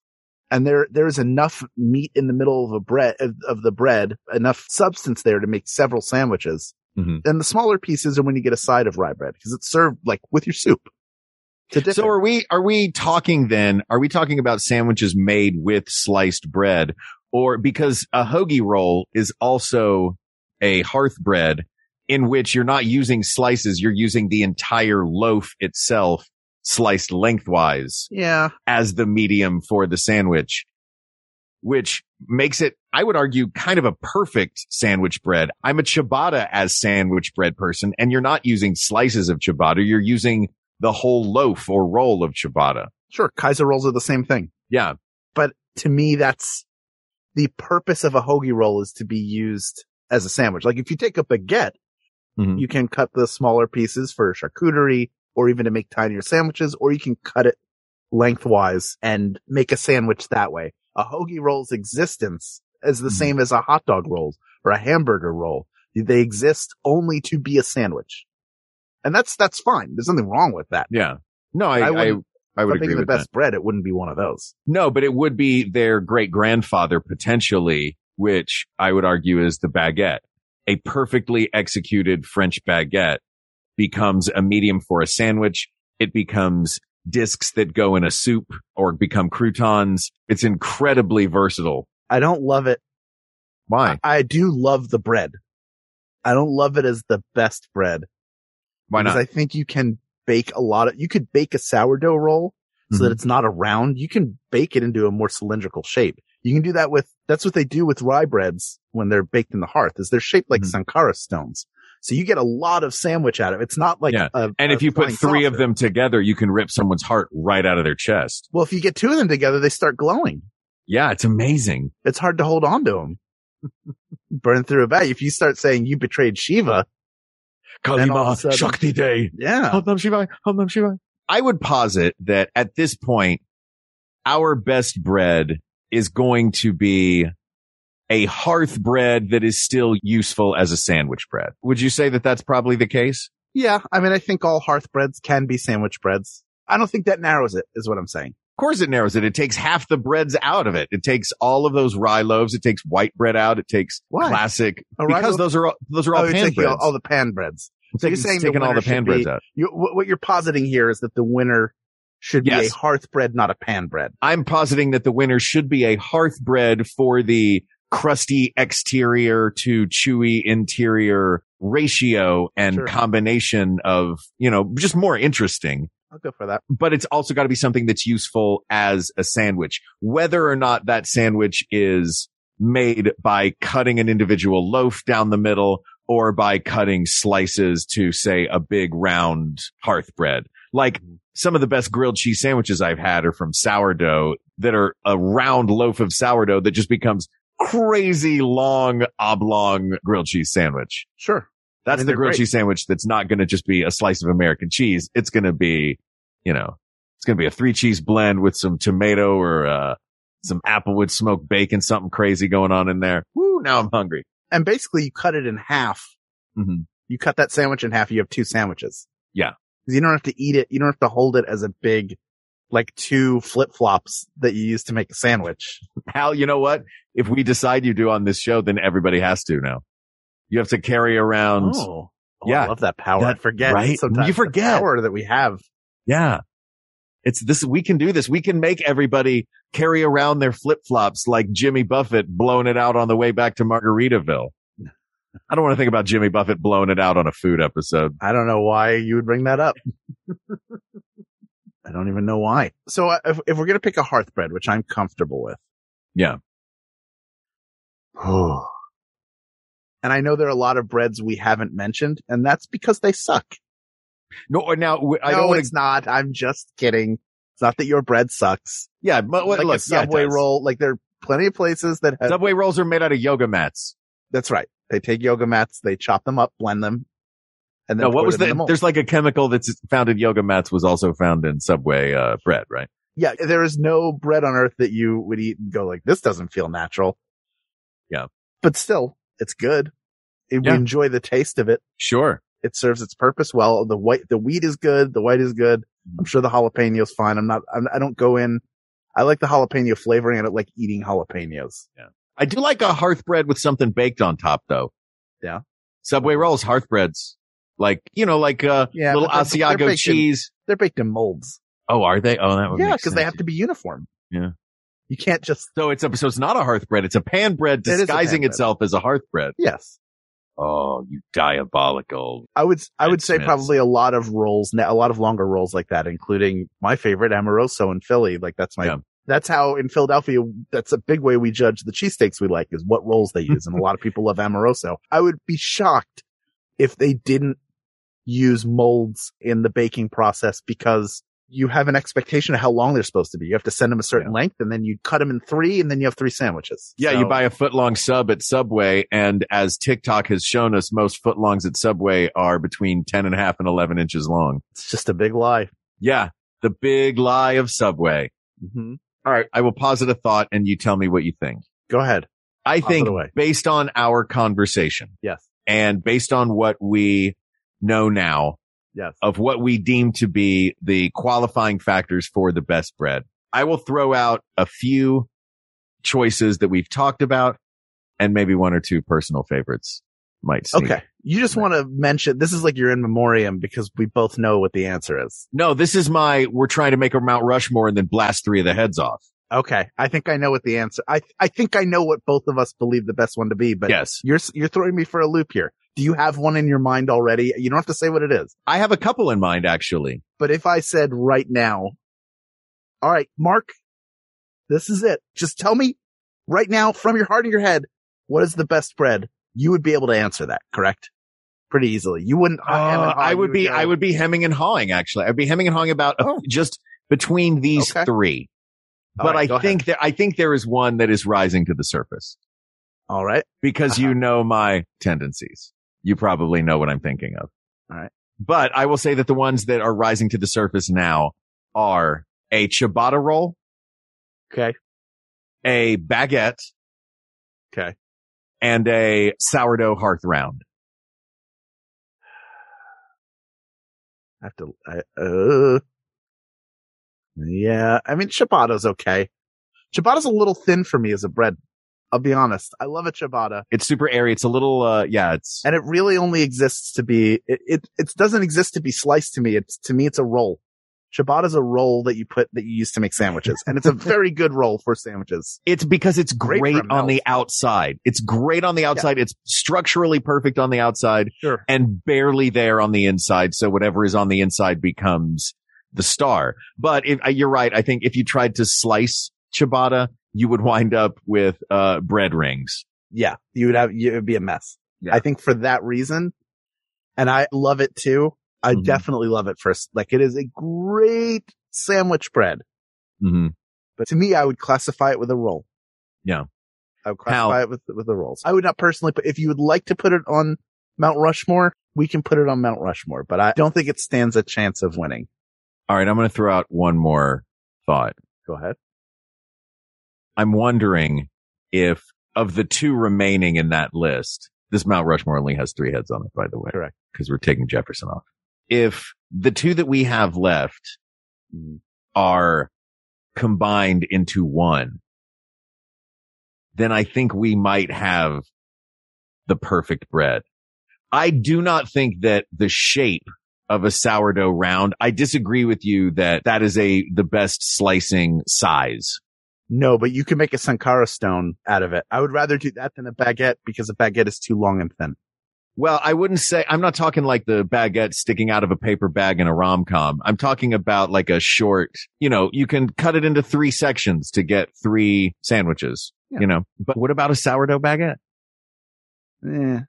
Speaker 4: and there there's enough meat in the middle of a bread of, of the bread enough substance there to make several sandwiches
Speaker 3: Mhm.
Speaker 4: and the smaller pieces are when you get a side of rye bread because it's served like with your soup to dip
Speaker 3: So
Speaker 4: in.
Speaker 3: are we are we talking then? Are we talking about sandwiches made with sliced bread, or because a hoagie roll is also a hearth bread in which you're not using slices, you're using the entire loaf itself sliced lengthwise
Speaker 4: yeah
Speaker 3: as the medium for the sandwich, which makes it, I would argue, kind of a perfect sandwich bread. I'm a ciabatta as sandwich bread person, and you're not using slices of ciabatta. You're using the whole loaf or roll of ciabatta.
Speaker 4: sure kaiser rolls are the same thing
Speaker 3: Yeah.
Speaker 4: but to me that's the purpose of a hoagie roll is to be used as a sandwich like if you take a baguette
Speaker 3: Mhm.
Speaker 4: you can cut the smaller pieces for charcuterie or even to make tinier sandwiches or you can cut it lengthwise and make a sandwich that way a hoagie roll's existence is the
Speaker 3: Mhm.
Speaker 4: same as a hot dog roll or a hamburger roll they exist only to be a sandwich and that's that's fine there's nothing wrong with that
Speaker 3: Yeah. No, I,
Speaker 4: I
Speaker 3: I, I,
Speaker 4: wouldn't-
Speaker 3: I would
Speaker 4: If I'm
Speaker 3: agree
Speaker 4: making the
Speaker 3: with
Speaker 4: best
Speaker 3: that.
Speaker 4: bread, it wouldn't be one of those.
Speaker 3: No, but it would be their great grandfather potentially, which I would argue is the baguette. A perfectly executed French baguette becomes a medium for a sandwich. It becomes discs that go in a soup or become croutons. It's incredibly versatile.
Speaker 4: I don't love it.
Speaker 3: Why?
Speaker 4: I do love the bread. I don't love it as the best bread.
Speaker 3: Why
Speaker 4: Because
Speaker 3: not?
Speaker 4: I think you can bake a lot of, you could bake a sourdough roll so that
Speaker 3: Mhm.
Speaker 4: it's not a round. You can bake it into a more cylindrical shape. You can do that with, that's what they do with rye breads when they're baked in the hearth is they're shaped
Speaker 3: Mm-hmm.
Speaker 4: like Sankara stones. So you get a lot of sandwich out of it. It's not like,
Speaker 3: Yeah.
Speaker 4: a,
Speaker 3: and
Speaker 4: a
Speaker 3: if you put
Speaker 4: flying
Speaker 3: three of
Speaker 4: saucer.
Speaker 3: them together, you can rip someone's heart right out of their chest.
Speaker 4: well, if you get two of them together, they start glowing.
Speaker 3: Yeah, it's amazing.
Speaker 4: it's hard to hold on to
Speaker 3: [laughs]
Speaker 4: them. Burn through a bag. If you start saying you betrayed Shiva, Then all of a
Speaker 3: Kalima
Speaker 4: sudden-
Speaker 3: Shakti Day.
Speaker 4: yeah,
Speaker 3: Om Nam Shivaya, Om Nam Shivaya. I would posit that at this point, our best bread is going to be a hearth bread that is still useful as a sandwich bread. Would you say that that's probably the case?
Speaker 4: yeah. I mean, I think all hearth breads can be sandwich breads. I don't think that narrows it, is what I'm saying.
Speaker 3: Of course it narrows it. It takes half the breads out of it. It takes all of those rye loaves. It takes white bread out. It takes
Speaker 4: Why?
Speaker 3: classic
Speaker 4: A rye
Speaker 3: because
Speaker 4: loaf-
Speaker 3: those are all, those are all
Speaker 4: Oh, you're
Speaker 3: pan
Speaker 4: taking
Speaker 3: breads.
Speaker 4: all, all the pan breads. So you're
Speaker 3: It's
Speaker 4: saying the
Speaker 3: taking all
Speaker 4: winner
Speaker 3: the pan
Speaker 4: should
Speaker 3: breads
Speaker 4: be-
Speaker 3: out.
Speaker 4: You, what what you're positing here is that the winner should be
Speaker 3: Yes.
Speaker 4: a hearth bread, not a pan bread.
Speaker 3: I'm positing that the winner should be a hearth bread for the crusty exterior to chewy interior ratio and
Speaker 4: Sure.
Speaker 3: combination of, you know, just more interesting.
Speaker 4: I'll go for that.
Speaker 3: But it's also got to be something that's useful as a sandwich, whether or not that sandwich is made by cutting an individual loaf down the middle or by cutting slices to say a big round hearth bread. Like some of the best grilled cheese sandwiches I've had are from sourdough that are a round loaf of sourdough that just becomes crazy long oblong grilled cheese sandwich.
Speaker 4: Sure.
Speaker 3: That's
Speaker 4: mean,
Speaker 3: the
Speaker 4: they're
Speaker 3: grilled
Speaker 4: great.
Speaker 3: cheese sandwich that's not going to just be a slice of American cheese. It's going to be, you know, it's going to be a three cheese blend with some tomato or, uh, some applewood smoked bacon, something crazy going on in there. Woo, now I'm hungry.
Speaker 4: And basically, you cut it in half.
Speaker 3: hmm
Speaker 4: You cut that sandwich in half. You have two sandwiches.
Speaker 3: Yeah.
Speaker 4: 'Cause You don't have to eat it. You don't have to hold it as a big, like two flip flops that you use to make a sandwich.
Speaker 3: Hal, you know what? If we decide you do on this show, then everybody has to now. You have to carry around.
Speaker 4: Oh,
Speaker 3: Yeah.
Speaker 4: I love that power. I
Speaker 3: That-
Speaker 4: forget.
Speaker 3: right?
Speaker 4: Sometimes
Speaker 3: You
Speaker 4: the
Speaker 3: forget.
Speaker 4: power that we have.
Speaker 3: Yeah. It's this, we can do this. We can make everybody carry around their flip flops like Jimmy Buffett blowing it out on the way back
Speaker 4: [laughs]
Speaker 3: to Margaritaville. I don't want to think about Jimmy Buffett blowing it out on a food episode.
Speaker 4: I don't know why you would bring that
Speaker 3: [laughs]
Speaker 4: up. I don't even know why. So uh, if, if we're going to pick a hearth bread, which I'm comfortable with. [sighs]
Speaker 3: Yeah.
Speaker 4: and I know there are a lot of breads we haven't mentioned, and that's because they suck.
Speaker 3: No, or now w- I
Speaker 4: no,
Speaker 3: don't want
Speaker 4: it's
Speaker 3: to.
Speaker 4: not. I'm just kidding. It's not that your bread sucks.
Speaker 3: Yeah, but what,
Speaker 4: like
Speaker 3: look,
Speaker 4: a subway
Speaker 3: yeah, it does.
Speaker 4: roll. uh, Like there are plenty of places that have.
Speaker 3: Subway rolls are made out of yoga mats.
Speaker 4: that's right. They take yoga mats, they chop them up, blend them, and then
Speaker 3: No, what
Speaker 4: pour
Speaker 3: was
Speaker 4: them in
Speaker 3: the?
Speaker 4: the mold.
Speaker 3: there's like a chemical that's found in yoga mats was also found in Subway uh, bread, right?
Speaker 4: yeah, there is no bread on earth that you would eat and go like, this doesn't feel natural.
Speaker 3: Yeah.
Speaker 4: But still, it's good. It,
Speaker 3: Yeah.
Speaker 4: We enjoy the taste of it.
Speaker 3: Sure.
Speaker 4: It serves its purpose well. The white, the wheat is good. The white is good.
Speaker 3: Mm-hmm.
Speaker 4: I'm sure the jalapeno's fine. I'm not, I'm, I don't go in. I like the jalapeno flavoring. I don't like eating jalapenos.
Speaker 3: I do like a hearth bread with something baked on top though.
Speaker 4: Yeah.
Speaker 3: Subway rolls, hearth breads. Like, you know, like uh
Speaker 4: Yeah,
Speaker 3: little
Speaker 4: but they're- they're
Speaker 3: Asiago
Speaker 4: baked
Speaker 3: cheese.
Speaker 4: They're baked in molds.
Speaker 3: Oh, are they? Oh, that would
Speaker 4: yeah.
Speaker 3: make
Speaker 4: Cause
Speaker 3: sense.
Speaker 4: they have to be uniform.
Speaker 3: Yeah.
Speaker 4: You can't just,
Speaker 3: So it's a, so it's not a hearth bread. It's a pan bread
Speaker 4: It is a pan
Speaker 3: disguising
Speaker 4: bread.
Speaker 3: itself as a hearth bread.
Speaker 4: yes.
Speaker 3: Oh, you diabolical.
Speaker 4: I would I would
Speaker 3: Ed
Speaker 4: say
Speaker 3: Smiths.
Speaker 4: probably a lot of rolls, now, a lot of longer rolls like that, including my favorite Amoroso in Philly. Like that's my
Speaker 3: Yeah.
Speaker 4: that's how in Philadelphia that's a big way we judge the cheesesteaks we like is what rolls they use, and a lot of people love Amoroso. I would be shocked if they didn't use molds in the baking process because you have an expectation of how long they're supposed to be. You have to send them a certain length, and then you cut them in three, and then you have three sandwiches.
Speaker 3: Yeah, you
Speaker 4: So-
Speaker 3: buy a foot long sub at Subway. And as TikTok has shown us, most foot longs at Subway are between 10 and a half and 11 inches long.
Speaker 4: It's just a big lie.
Speaker 3: Yeah. The big lie of Subway.
Speaker 4: hmm
Speaker 3: All right. I will posit a thought and you tell me what you think.
Speaker 4: Go ahead.
Speaker 3: I
Speaker 4: Pop it
Speaker 3: think
Speaker 4: away.
Speaker 3: based on our conversation
Speaker 4: Yes.
Speaker 3: and based on what we know now,
Speaker 4: Yes.
Speaker 3: of what we deem to be the qualifying factors for the best bread. I will throw out a few choices that we've talked about and maybe one or two personal favorites might sneak.
Speaker 4: Okay. You just want to mention this is like you're in memoriam because we both know what the answer is.
Speaker 3: No, this is my, we're trying to make a Mount Rushmore and then blast three of the heads off.
Speaker 4: Okay. I think I know what the answer. I I think I know what both of us believe the best one to be, but
Speaker 3: Yes.
Speaker 4: you're s- you're throwing me for a loop here. Do you have one in your mind already? You don't have to say what it is.
Speaker 3: I have a couple in mind, actually.
Speaker 4: But if I said right now, all right, Mark, this is it. Just tell me right now from your heart of your head, what is the best bread? You would be able to answer that, correct? Pretty easily. You wouldn't.
Speaker 3: Uh,
Speaker 4: hem and haw.
Speaker 3: I
Speaker 4: You
Speaker 3: would be,
Speaker 4: go,
Speaker 3: I would be hemming and hawing, actually. I'd be hemming and hawing about uh, just between these
Speaker 4: Oh. Okay.
Speaker 3: three.
Speaker 4: All
Speaker 3: But
Speaker 4: right, go
Speaker 3: I
Speaker 4: ahead.
Speaker 3: think that, I think there is one that is rising to the surface.
Speaker 4: All right.
Speaker 3: because you
Speaker 4: Uh-huh.
Speaker 3: know my tendencies. You probably know what I'm thinking of.
Speaker 4: All right.
Speaker 3: But I will say that the ones that are rising to the surface now are a ciabatta roll,
Speaker 4: Okay.
Speaker 3: a baguette,
Speaker 4: Okay.
Speaker 3: and a sourdough hearth round.
Speaker 4: I have to, I, uh, yeah. I mean, ciabatta's okay. Ciabatta's a little thin for me as a bread. I'll be honest. I love a ciabatta.
Speaker 3: It's super airy. It's a little, uh, yeah, it's,
Speaker 4: and it really only exists to be it, it it doesn't exist to be sliced to me it's to me it's a roll ciabatta is a roll that you put that you use to make sandwiches and it's a very good roll for sandwiches
Speaker 3: it's because it's
Speaker 4: Great
Speaker 3: great,
Speaker 4: for a
Speaker 3: on
Speaker 4: mouth.
Speaker 3: the outside. It's great on the outside. It's structurally perfect on the outside
Speaker 4: sure
Speaker 3: and barely there on the inside. So whatever is on the inside becomes the star. But if, uh, you're right. I think if you tried to slice ciabatta, you would wind up with uh, bread rings.
Speaker 4: yeah you would have you, it would be a mess
Speaker 3: Yeah.
Speaker 4: i think for that reason and i love it too i
Speaker 3: Mhm.
Speaker 4: definitely love it first like it is a great sandwich bread
Speaker 3: Mm-hmm.
Speaker 4: but to me i would classify it with a roll
Speaker 3: Yeah.
Speaker 4: i would classify
Speaker 3: How-
Speaker 4: it with with the rolls i would not personally but if you would like to put it on mount rushmore we can put it on mount rushmore but i don't think it stands a chance of winning
Speaker 3: All right. I'm going to throw out one more thought.
Speaker 4: go ahead
Speaker 3: I'm wondering if of the two remaining in that list, this Mount Rushmore only has three heads on it, by the way.
Speaker 4: Correct.
Speaker 3: Because we're taking Jefferson off. If the two that we have left are combined into one, then I think we might have the perfect bread. I do not think that the shape of a sourdough round, I disagree with you that that is a, the best slicing size.
Speaker 4: no but you can make a sankara stone out of it i would rather do that than a baguette because a baguette is too long and thin
Speaker 3: Well, I wouldn't say I'm not talking like the baguette sticking out of a paper bag in a rom com. I'm talking about like a short, you know, you can cut it into three sections to get three sandwiches,
Speaker 4: Yeah.
Speaker 3: you know, but what about a sourdough baguette?
Speaker 4: Eh.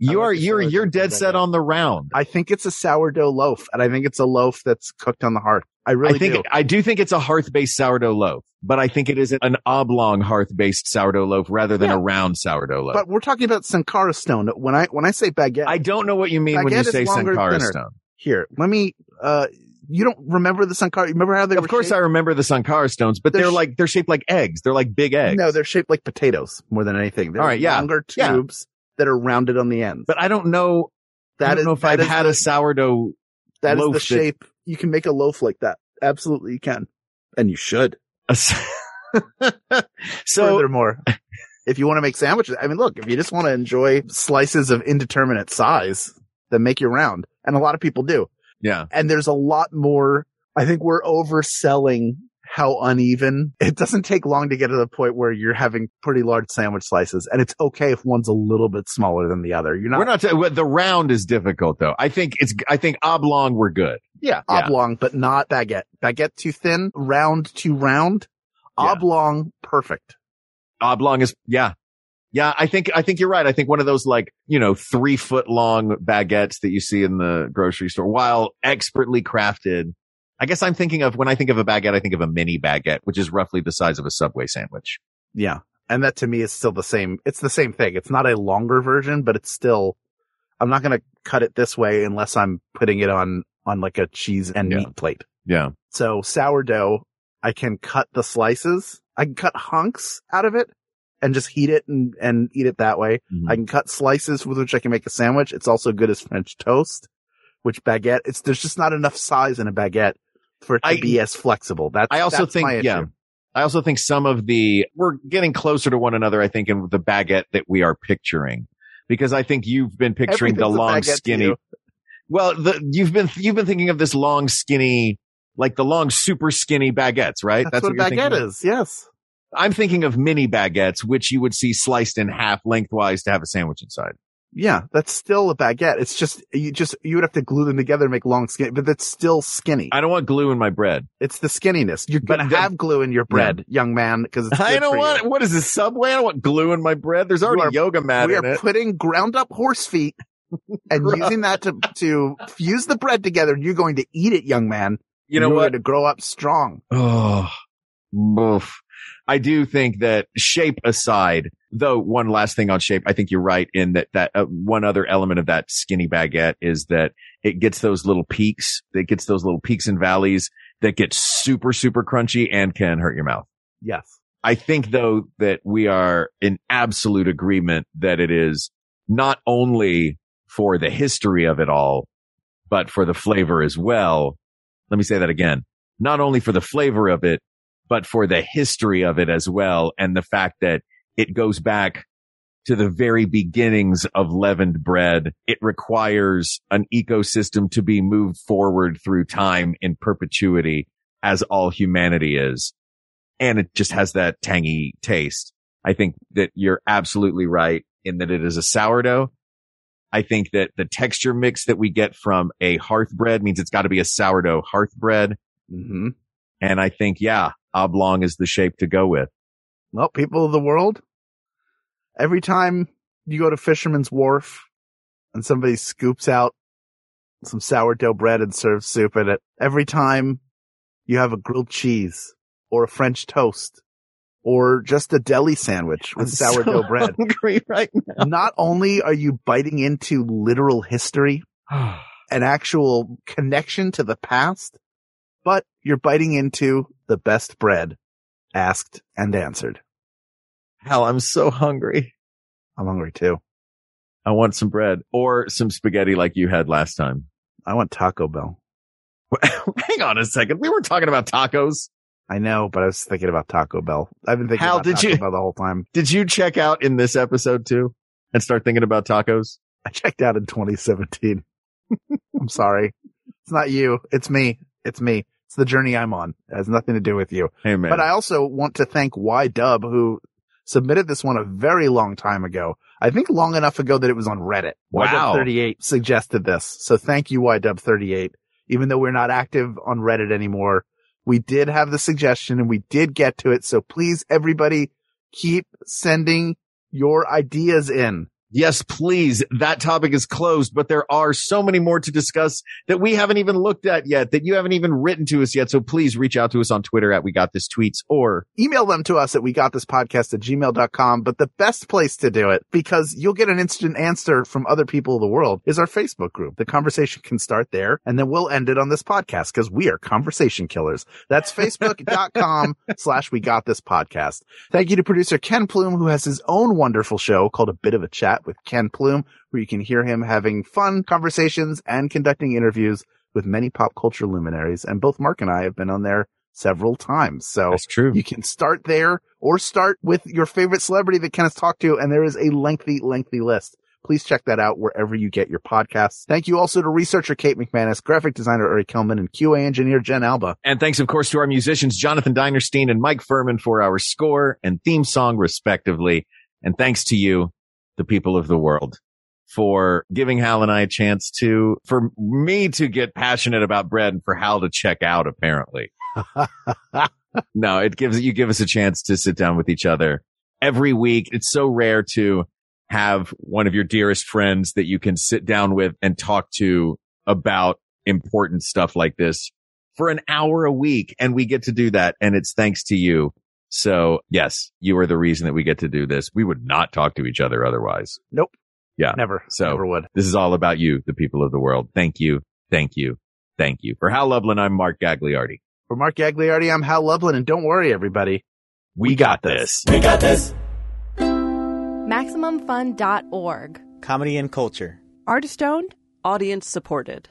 Speaker 3: You
Speaker 4: like
Speaker 3: are,
Speaker 4: the
Speaker 3: you're,
Speaker 4: sourdough
Speaker 3: you're dead
Speaker 4: baguette.
Speaker 3: set on the round.
Speaker 4: i think it's a sourdough loaf and i think it's a loaf that's cooked on the hearth i really
Speaker 3: I think,
Speaker 4: do
Speaker 3: I do think it's a hearth based sourdough loaf, but I think it is an oblong hearth based sourdough loaf rather than
Speaker 4: Yeah.
Speaker 3: a round sourdough loaf.
Speaker 4: but we're talking about sankara stone when i when i say baguette
Speaker 3: I don't know what you mean when
Speaker 4: Baguette is
Speaker 3: you say
Speaker 4: longer,
Speaker 3: Sankara
Speaker 4: thinner.
Speaker 3: stone.
Speaker 4: here let me uh you don't remember the sankara you remember how they were
Speaker 3: Of course
Speaker 4: shaped?
Speaker 3: I remember the Sankara stones, but
Speaker 4: They're
Speaker 3: they're,
Speaker 4: sh-
Speaker 3: like, they're shaped like eggs. They're like big eggs.
Speaker 4: No, they're shaped like potatoes more than anything. They're
Speaker 3: All right, yeah.
Speaker 4: longer
Speaker 3: Yeah.
Speaker 4: tubes that are rounded on the ends.
Speaker 3: but I don't know. I
Speaker 4: that
Speaker 3: don't
Speaker 4: is
Speaker 3: know if
Speaker 4: that
Speaker 3: I've
Speaker 4: is
Speaker 3: had
Speaker 4: the,
Speaker 3: a sourdough.
Speaker 4: that is
Speaker 3: loaf
Speaker 4: the
Speaker 3: that-
Speaker 4: shape. You can make a loaf like that. Absolutely, you can, and you should.
Speaker 3: [laughs] a s- [laughs] so [laughs]
Speaker 4: Furthermore, if you want to make sandwiches, I mean, look, if you just want to enjoy slices of indeterminate size, then make your round, and a lot of people do.
Speaker 3: yeah,
Speaker 4: And there's a lot more. I think we're overselling how uneven. It doesn't take long to get to the point where you're having pretty large sandwich slices, and it's okay if one's a little bit smaller than the other. You're not
Speaker 3: we're not. ta- the round is difficult though. I think it's. I think oblong. We're good.
Speaker 4: Yeah.
Speaker 3: Yeah.
Speaker 4: Oblong, but not baguette. Baguette too thin, round too round.
Speaker 3: Yeah.
Speaker 4: Oblong, perfect.
Speaker 3: Oblong is. Yeah, yeah. I think. I think you're right. I think one of those like you know three foot long baguettes that you see in the grocery store, while expertly crafted. I guess I'm thinking of when I think of a baguette, I think of a mini baguette, which is roughly the size of a subway sandwich.
Speaker 4: Yeah. And that to me is still the same. It's the same thing. It's not a longer version, but it's still, I'm not going to cut it this way unless I'm putting it on, on like a cheese and
Speaker 3: Yeah.
Speaker 4: meat plate.
Speaker 3: Yeah.
Speaker 4: So sourdough, I can cut the slices. I can cut hunks out of it and just heat it and, and eat it that way.
Speaker 3: Mhm.
Speaker 4: I can cut slices with which I can make a sandwich. It's also good as French toast. which baguette, it's, there's just not enough size in a baguette for it to
Speaker 3: I-
Speaker 4: be as flexible. That's,
Speaker 3: I also
Speaker 4: that's my
Speaker 3: think,
Speaker 4: issue.
Speaker 3: yeah. I also think some of the, we're getting closer to one another, I think, in the baguette that we are picturing. Because I think you've been picturing the
Speaker 4: Everything's a
Speaker 3: long,
Speaker 4: baguette to
Speaker 3: skinny.
Speaker 4: you.
Speaker 3: Well, the, you've been, you've been thinking of this long, skinny, like the long, super skinny baguettes, right?
Speaker 4: That's, what,
Speaker 3: you're
Speaker 4: a
Speaker 3: thinking
Speaker 4: baguette
Speaker 3: of?
Speaker 4: is. Yes.
Speaker 3: I'm thinking of mini baguettes, which you would see sliced in half lengthwise to have a sandwich inside.
Speaker 4: Yeah. That's still a baguette. It's just, you just, you would have to glue them together and make long skin, but that's still skinny.
Speaker 3: I don't want glue in my bread.
Speaker 4: It's the skinniness. You're
Speaker 3: But
Speaker 4: going to
Speaker 3: the-
Speaker 4: have glue in your bread, young man, because
Speaker 3: [laughs] I don't want, what is this subway? I don't want glue in my bread. There's already
Speaker 4: are-
Speaker 3: yoga mat
Speaker 4: We
Speaker 3: in
Speaker 4: are
Speaker 3: it.
Speaker 4: putting ground up horse
Speaker 3: [laughs]
Speaker 4: feet and using that to, to fuse the bread together. You're going to eat it, young man.
Speaker 3: You know
Speaker 4: You're
Speaker 3: what?
Speaker 4: going to grow up strong.
Speaker 3: Oh, oof. I do think that shape aside, though, one last thing on shape, I think you're right in that, that uh, one other element of that skinny baguette is that it gets those little peaks. It gets those little peaks and valleys that get super, super crunchy and can hurt your mouth.
Speaker 4: Yes.
Speaker 3: I think though that we are in absolute agreement that it is not only for the history of it all, but for the flavor as well. Let me say that again. Not only for the flavor of it, but for the history of it as well. And the fact that it goes back to the very beginnings of leavened bread. It requires an ecosystem to be moved forward through time in perpetuity as all humanity is and it just has that tangy taste. I think that you're absolutely right in that it is a sourdough. I think that the texture mix that we get from a hearth bread means it's got to be a sourdough hearth bread.
Speaker 4: Mm-hmm.
Speaker 3: And I think, yeah, oblong is the shape to go [laughs] with.
Speaker 4: Well, people of the world, every time you go to Fisherman's Wharf and somebody scoops out some sourdough bread and serves soup in it, every time you have a grilled cheese or a French toast or just a deli sandwich with sourdough
Speaker 3: [laughs]
Speaker 4: bread,
Speaker 3: Hungry right
Speaker 4: not only are you biting into literal history,
Speaker 3: [sighs] now.
Speaker 4: an actual connection to the past, but you're biting into the best bread asked and answered.
Speaker 3: Hell, I'm so hungry.
Speaker 4: I'm hungry too.
Speaker 3: I want some bread or some spaghetti like you had last time. [laughs]
Speaker 4: I want Taco Bell.
Speaker 3: Hang on a second. We were talking about tacos.
Speaker 4: I know, but I was thinking about Taco Bell. I've been thinking
Speaker 3: Hal,
Speaker 4: about
Speaker 3: did
Speaker 4: Taco
Speaker 3: you-
Speaker 4: Bell the whole time.
Speaker 3: Did you check out in this episode too and start thinking about tacos?
Speaker 4: I checked out in 2017. [laughs] I'm sorry. It's not you. It's me. It's me. It's the journey I'm on. It has nothing to do with you.
Speaker 3: Hey man.
Speaker 4: But I also want to thank Y Dub who submitted this one a very long time ago. I think long enough ago that it was on Reddit.
Speaker 3: Wow.
Speaker 4: YDub38 suggested this. So thank you, YDub38. Even though we're not active on Reddit anymore, we did have the suggestion and we did get to it. So please, everybody, keep sending your ideas in.
Speaker 3: Yes, please. That topic is closed, but there are so many more to discuss that we haven't even looked at yet, that you haven't even written to us yet. So please reach out to us on Twitter at We Got This Tweets or
Speaker 4: Email them to us at we got this podcast at gmail.com. But the best place to do it, because you'll get an instant answer from other people of the world, is our Facebook group. The conversation can start there and then we'll end it on this podcast because we are conversation killers. That's facebook.com slash we got this podcast. Thank you to producer Ken Plume, who has his own wonderful show called A Bit of a Chat with Ken Plume, where you can hear him having fun conversations and conducting interviews with many pop culture luminaries. And both Mark and I have been on there several times. So
Speaker 3: true.
Speaker 4: [laughs] you can start there or start with your favorite celebrity that Ken has talked to. And there is a lengthy, lengthy list. Please check that out wherever you get your podcasts. Thank you also to researcher Kate McManus, graphic designer Uri Kelman, and QA engineer Jen Alba.
Speaker 3: And thanks, of course, to our musicians, Jonathan Dinerstein and Mike Furman for our score and theme song, respectively. And thanks to you, the people of the world, for giving Hal and I a chance to, for me to get passionate about bread and for Hal to check out, apparently. no, it gives, you give us a chance to sit down with each other every week. It's so rare to have one of your dearest friends that you can sit down with and talk to about important stuff like this for an hour a week and we get to do that. And it's thanks to you. So yes, you are the reason that we get to do this. We would not talk to each other otherwise.
Speaker 4: Never.
Speaker 3: So-
Speaker 4: never would.
Speaker 3: This is all about you, the people of the world. Thank you. Thank you. Thank you. For Hal Lublin, I'm Mark Gagliardi.
Speaker 4: For Mark Gagliardi, I'm Hal Lublin. And don't worry, everybody.
Speaker 3: We, got this.
Speaker 2: We got this.
Speaker 10: MaximumFun.org.
Speaker 11: Comedy and culture.
Speaker 10: Artist owned.
Speaker 12: Audience supported.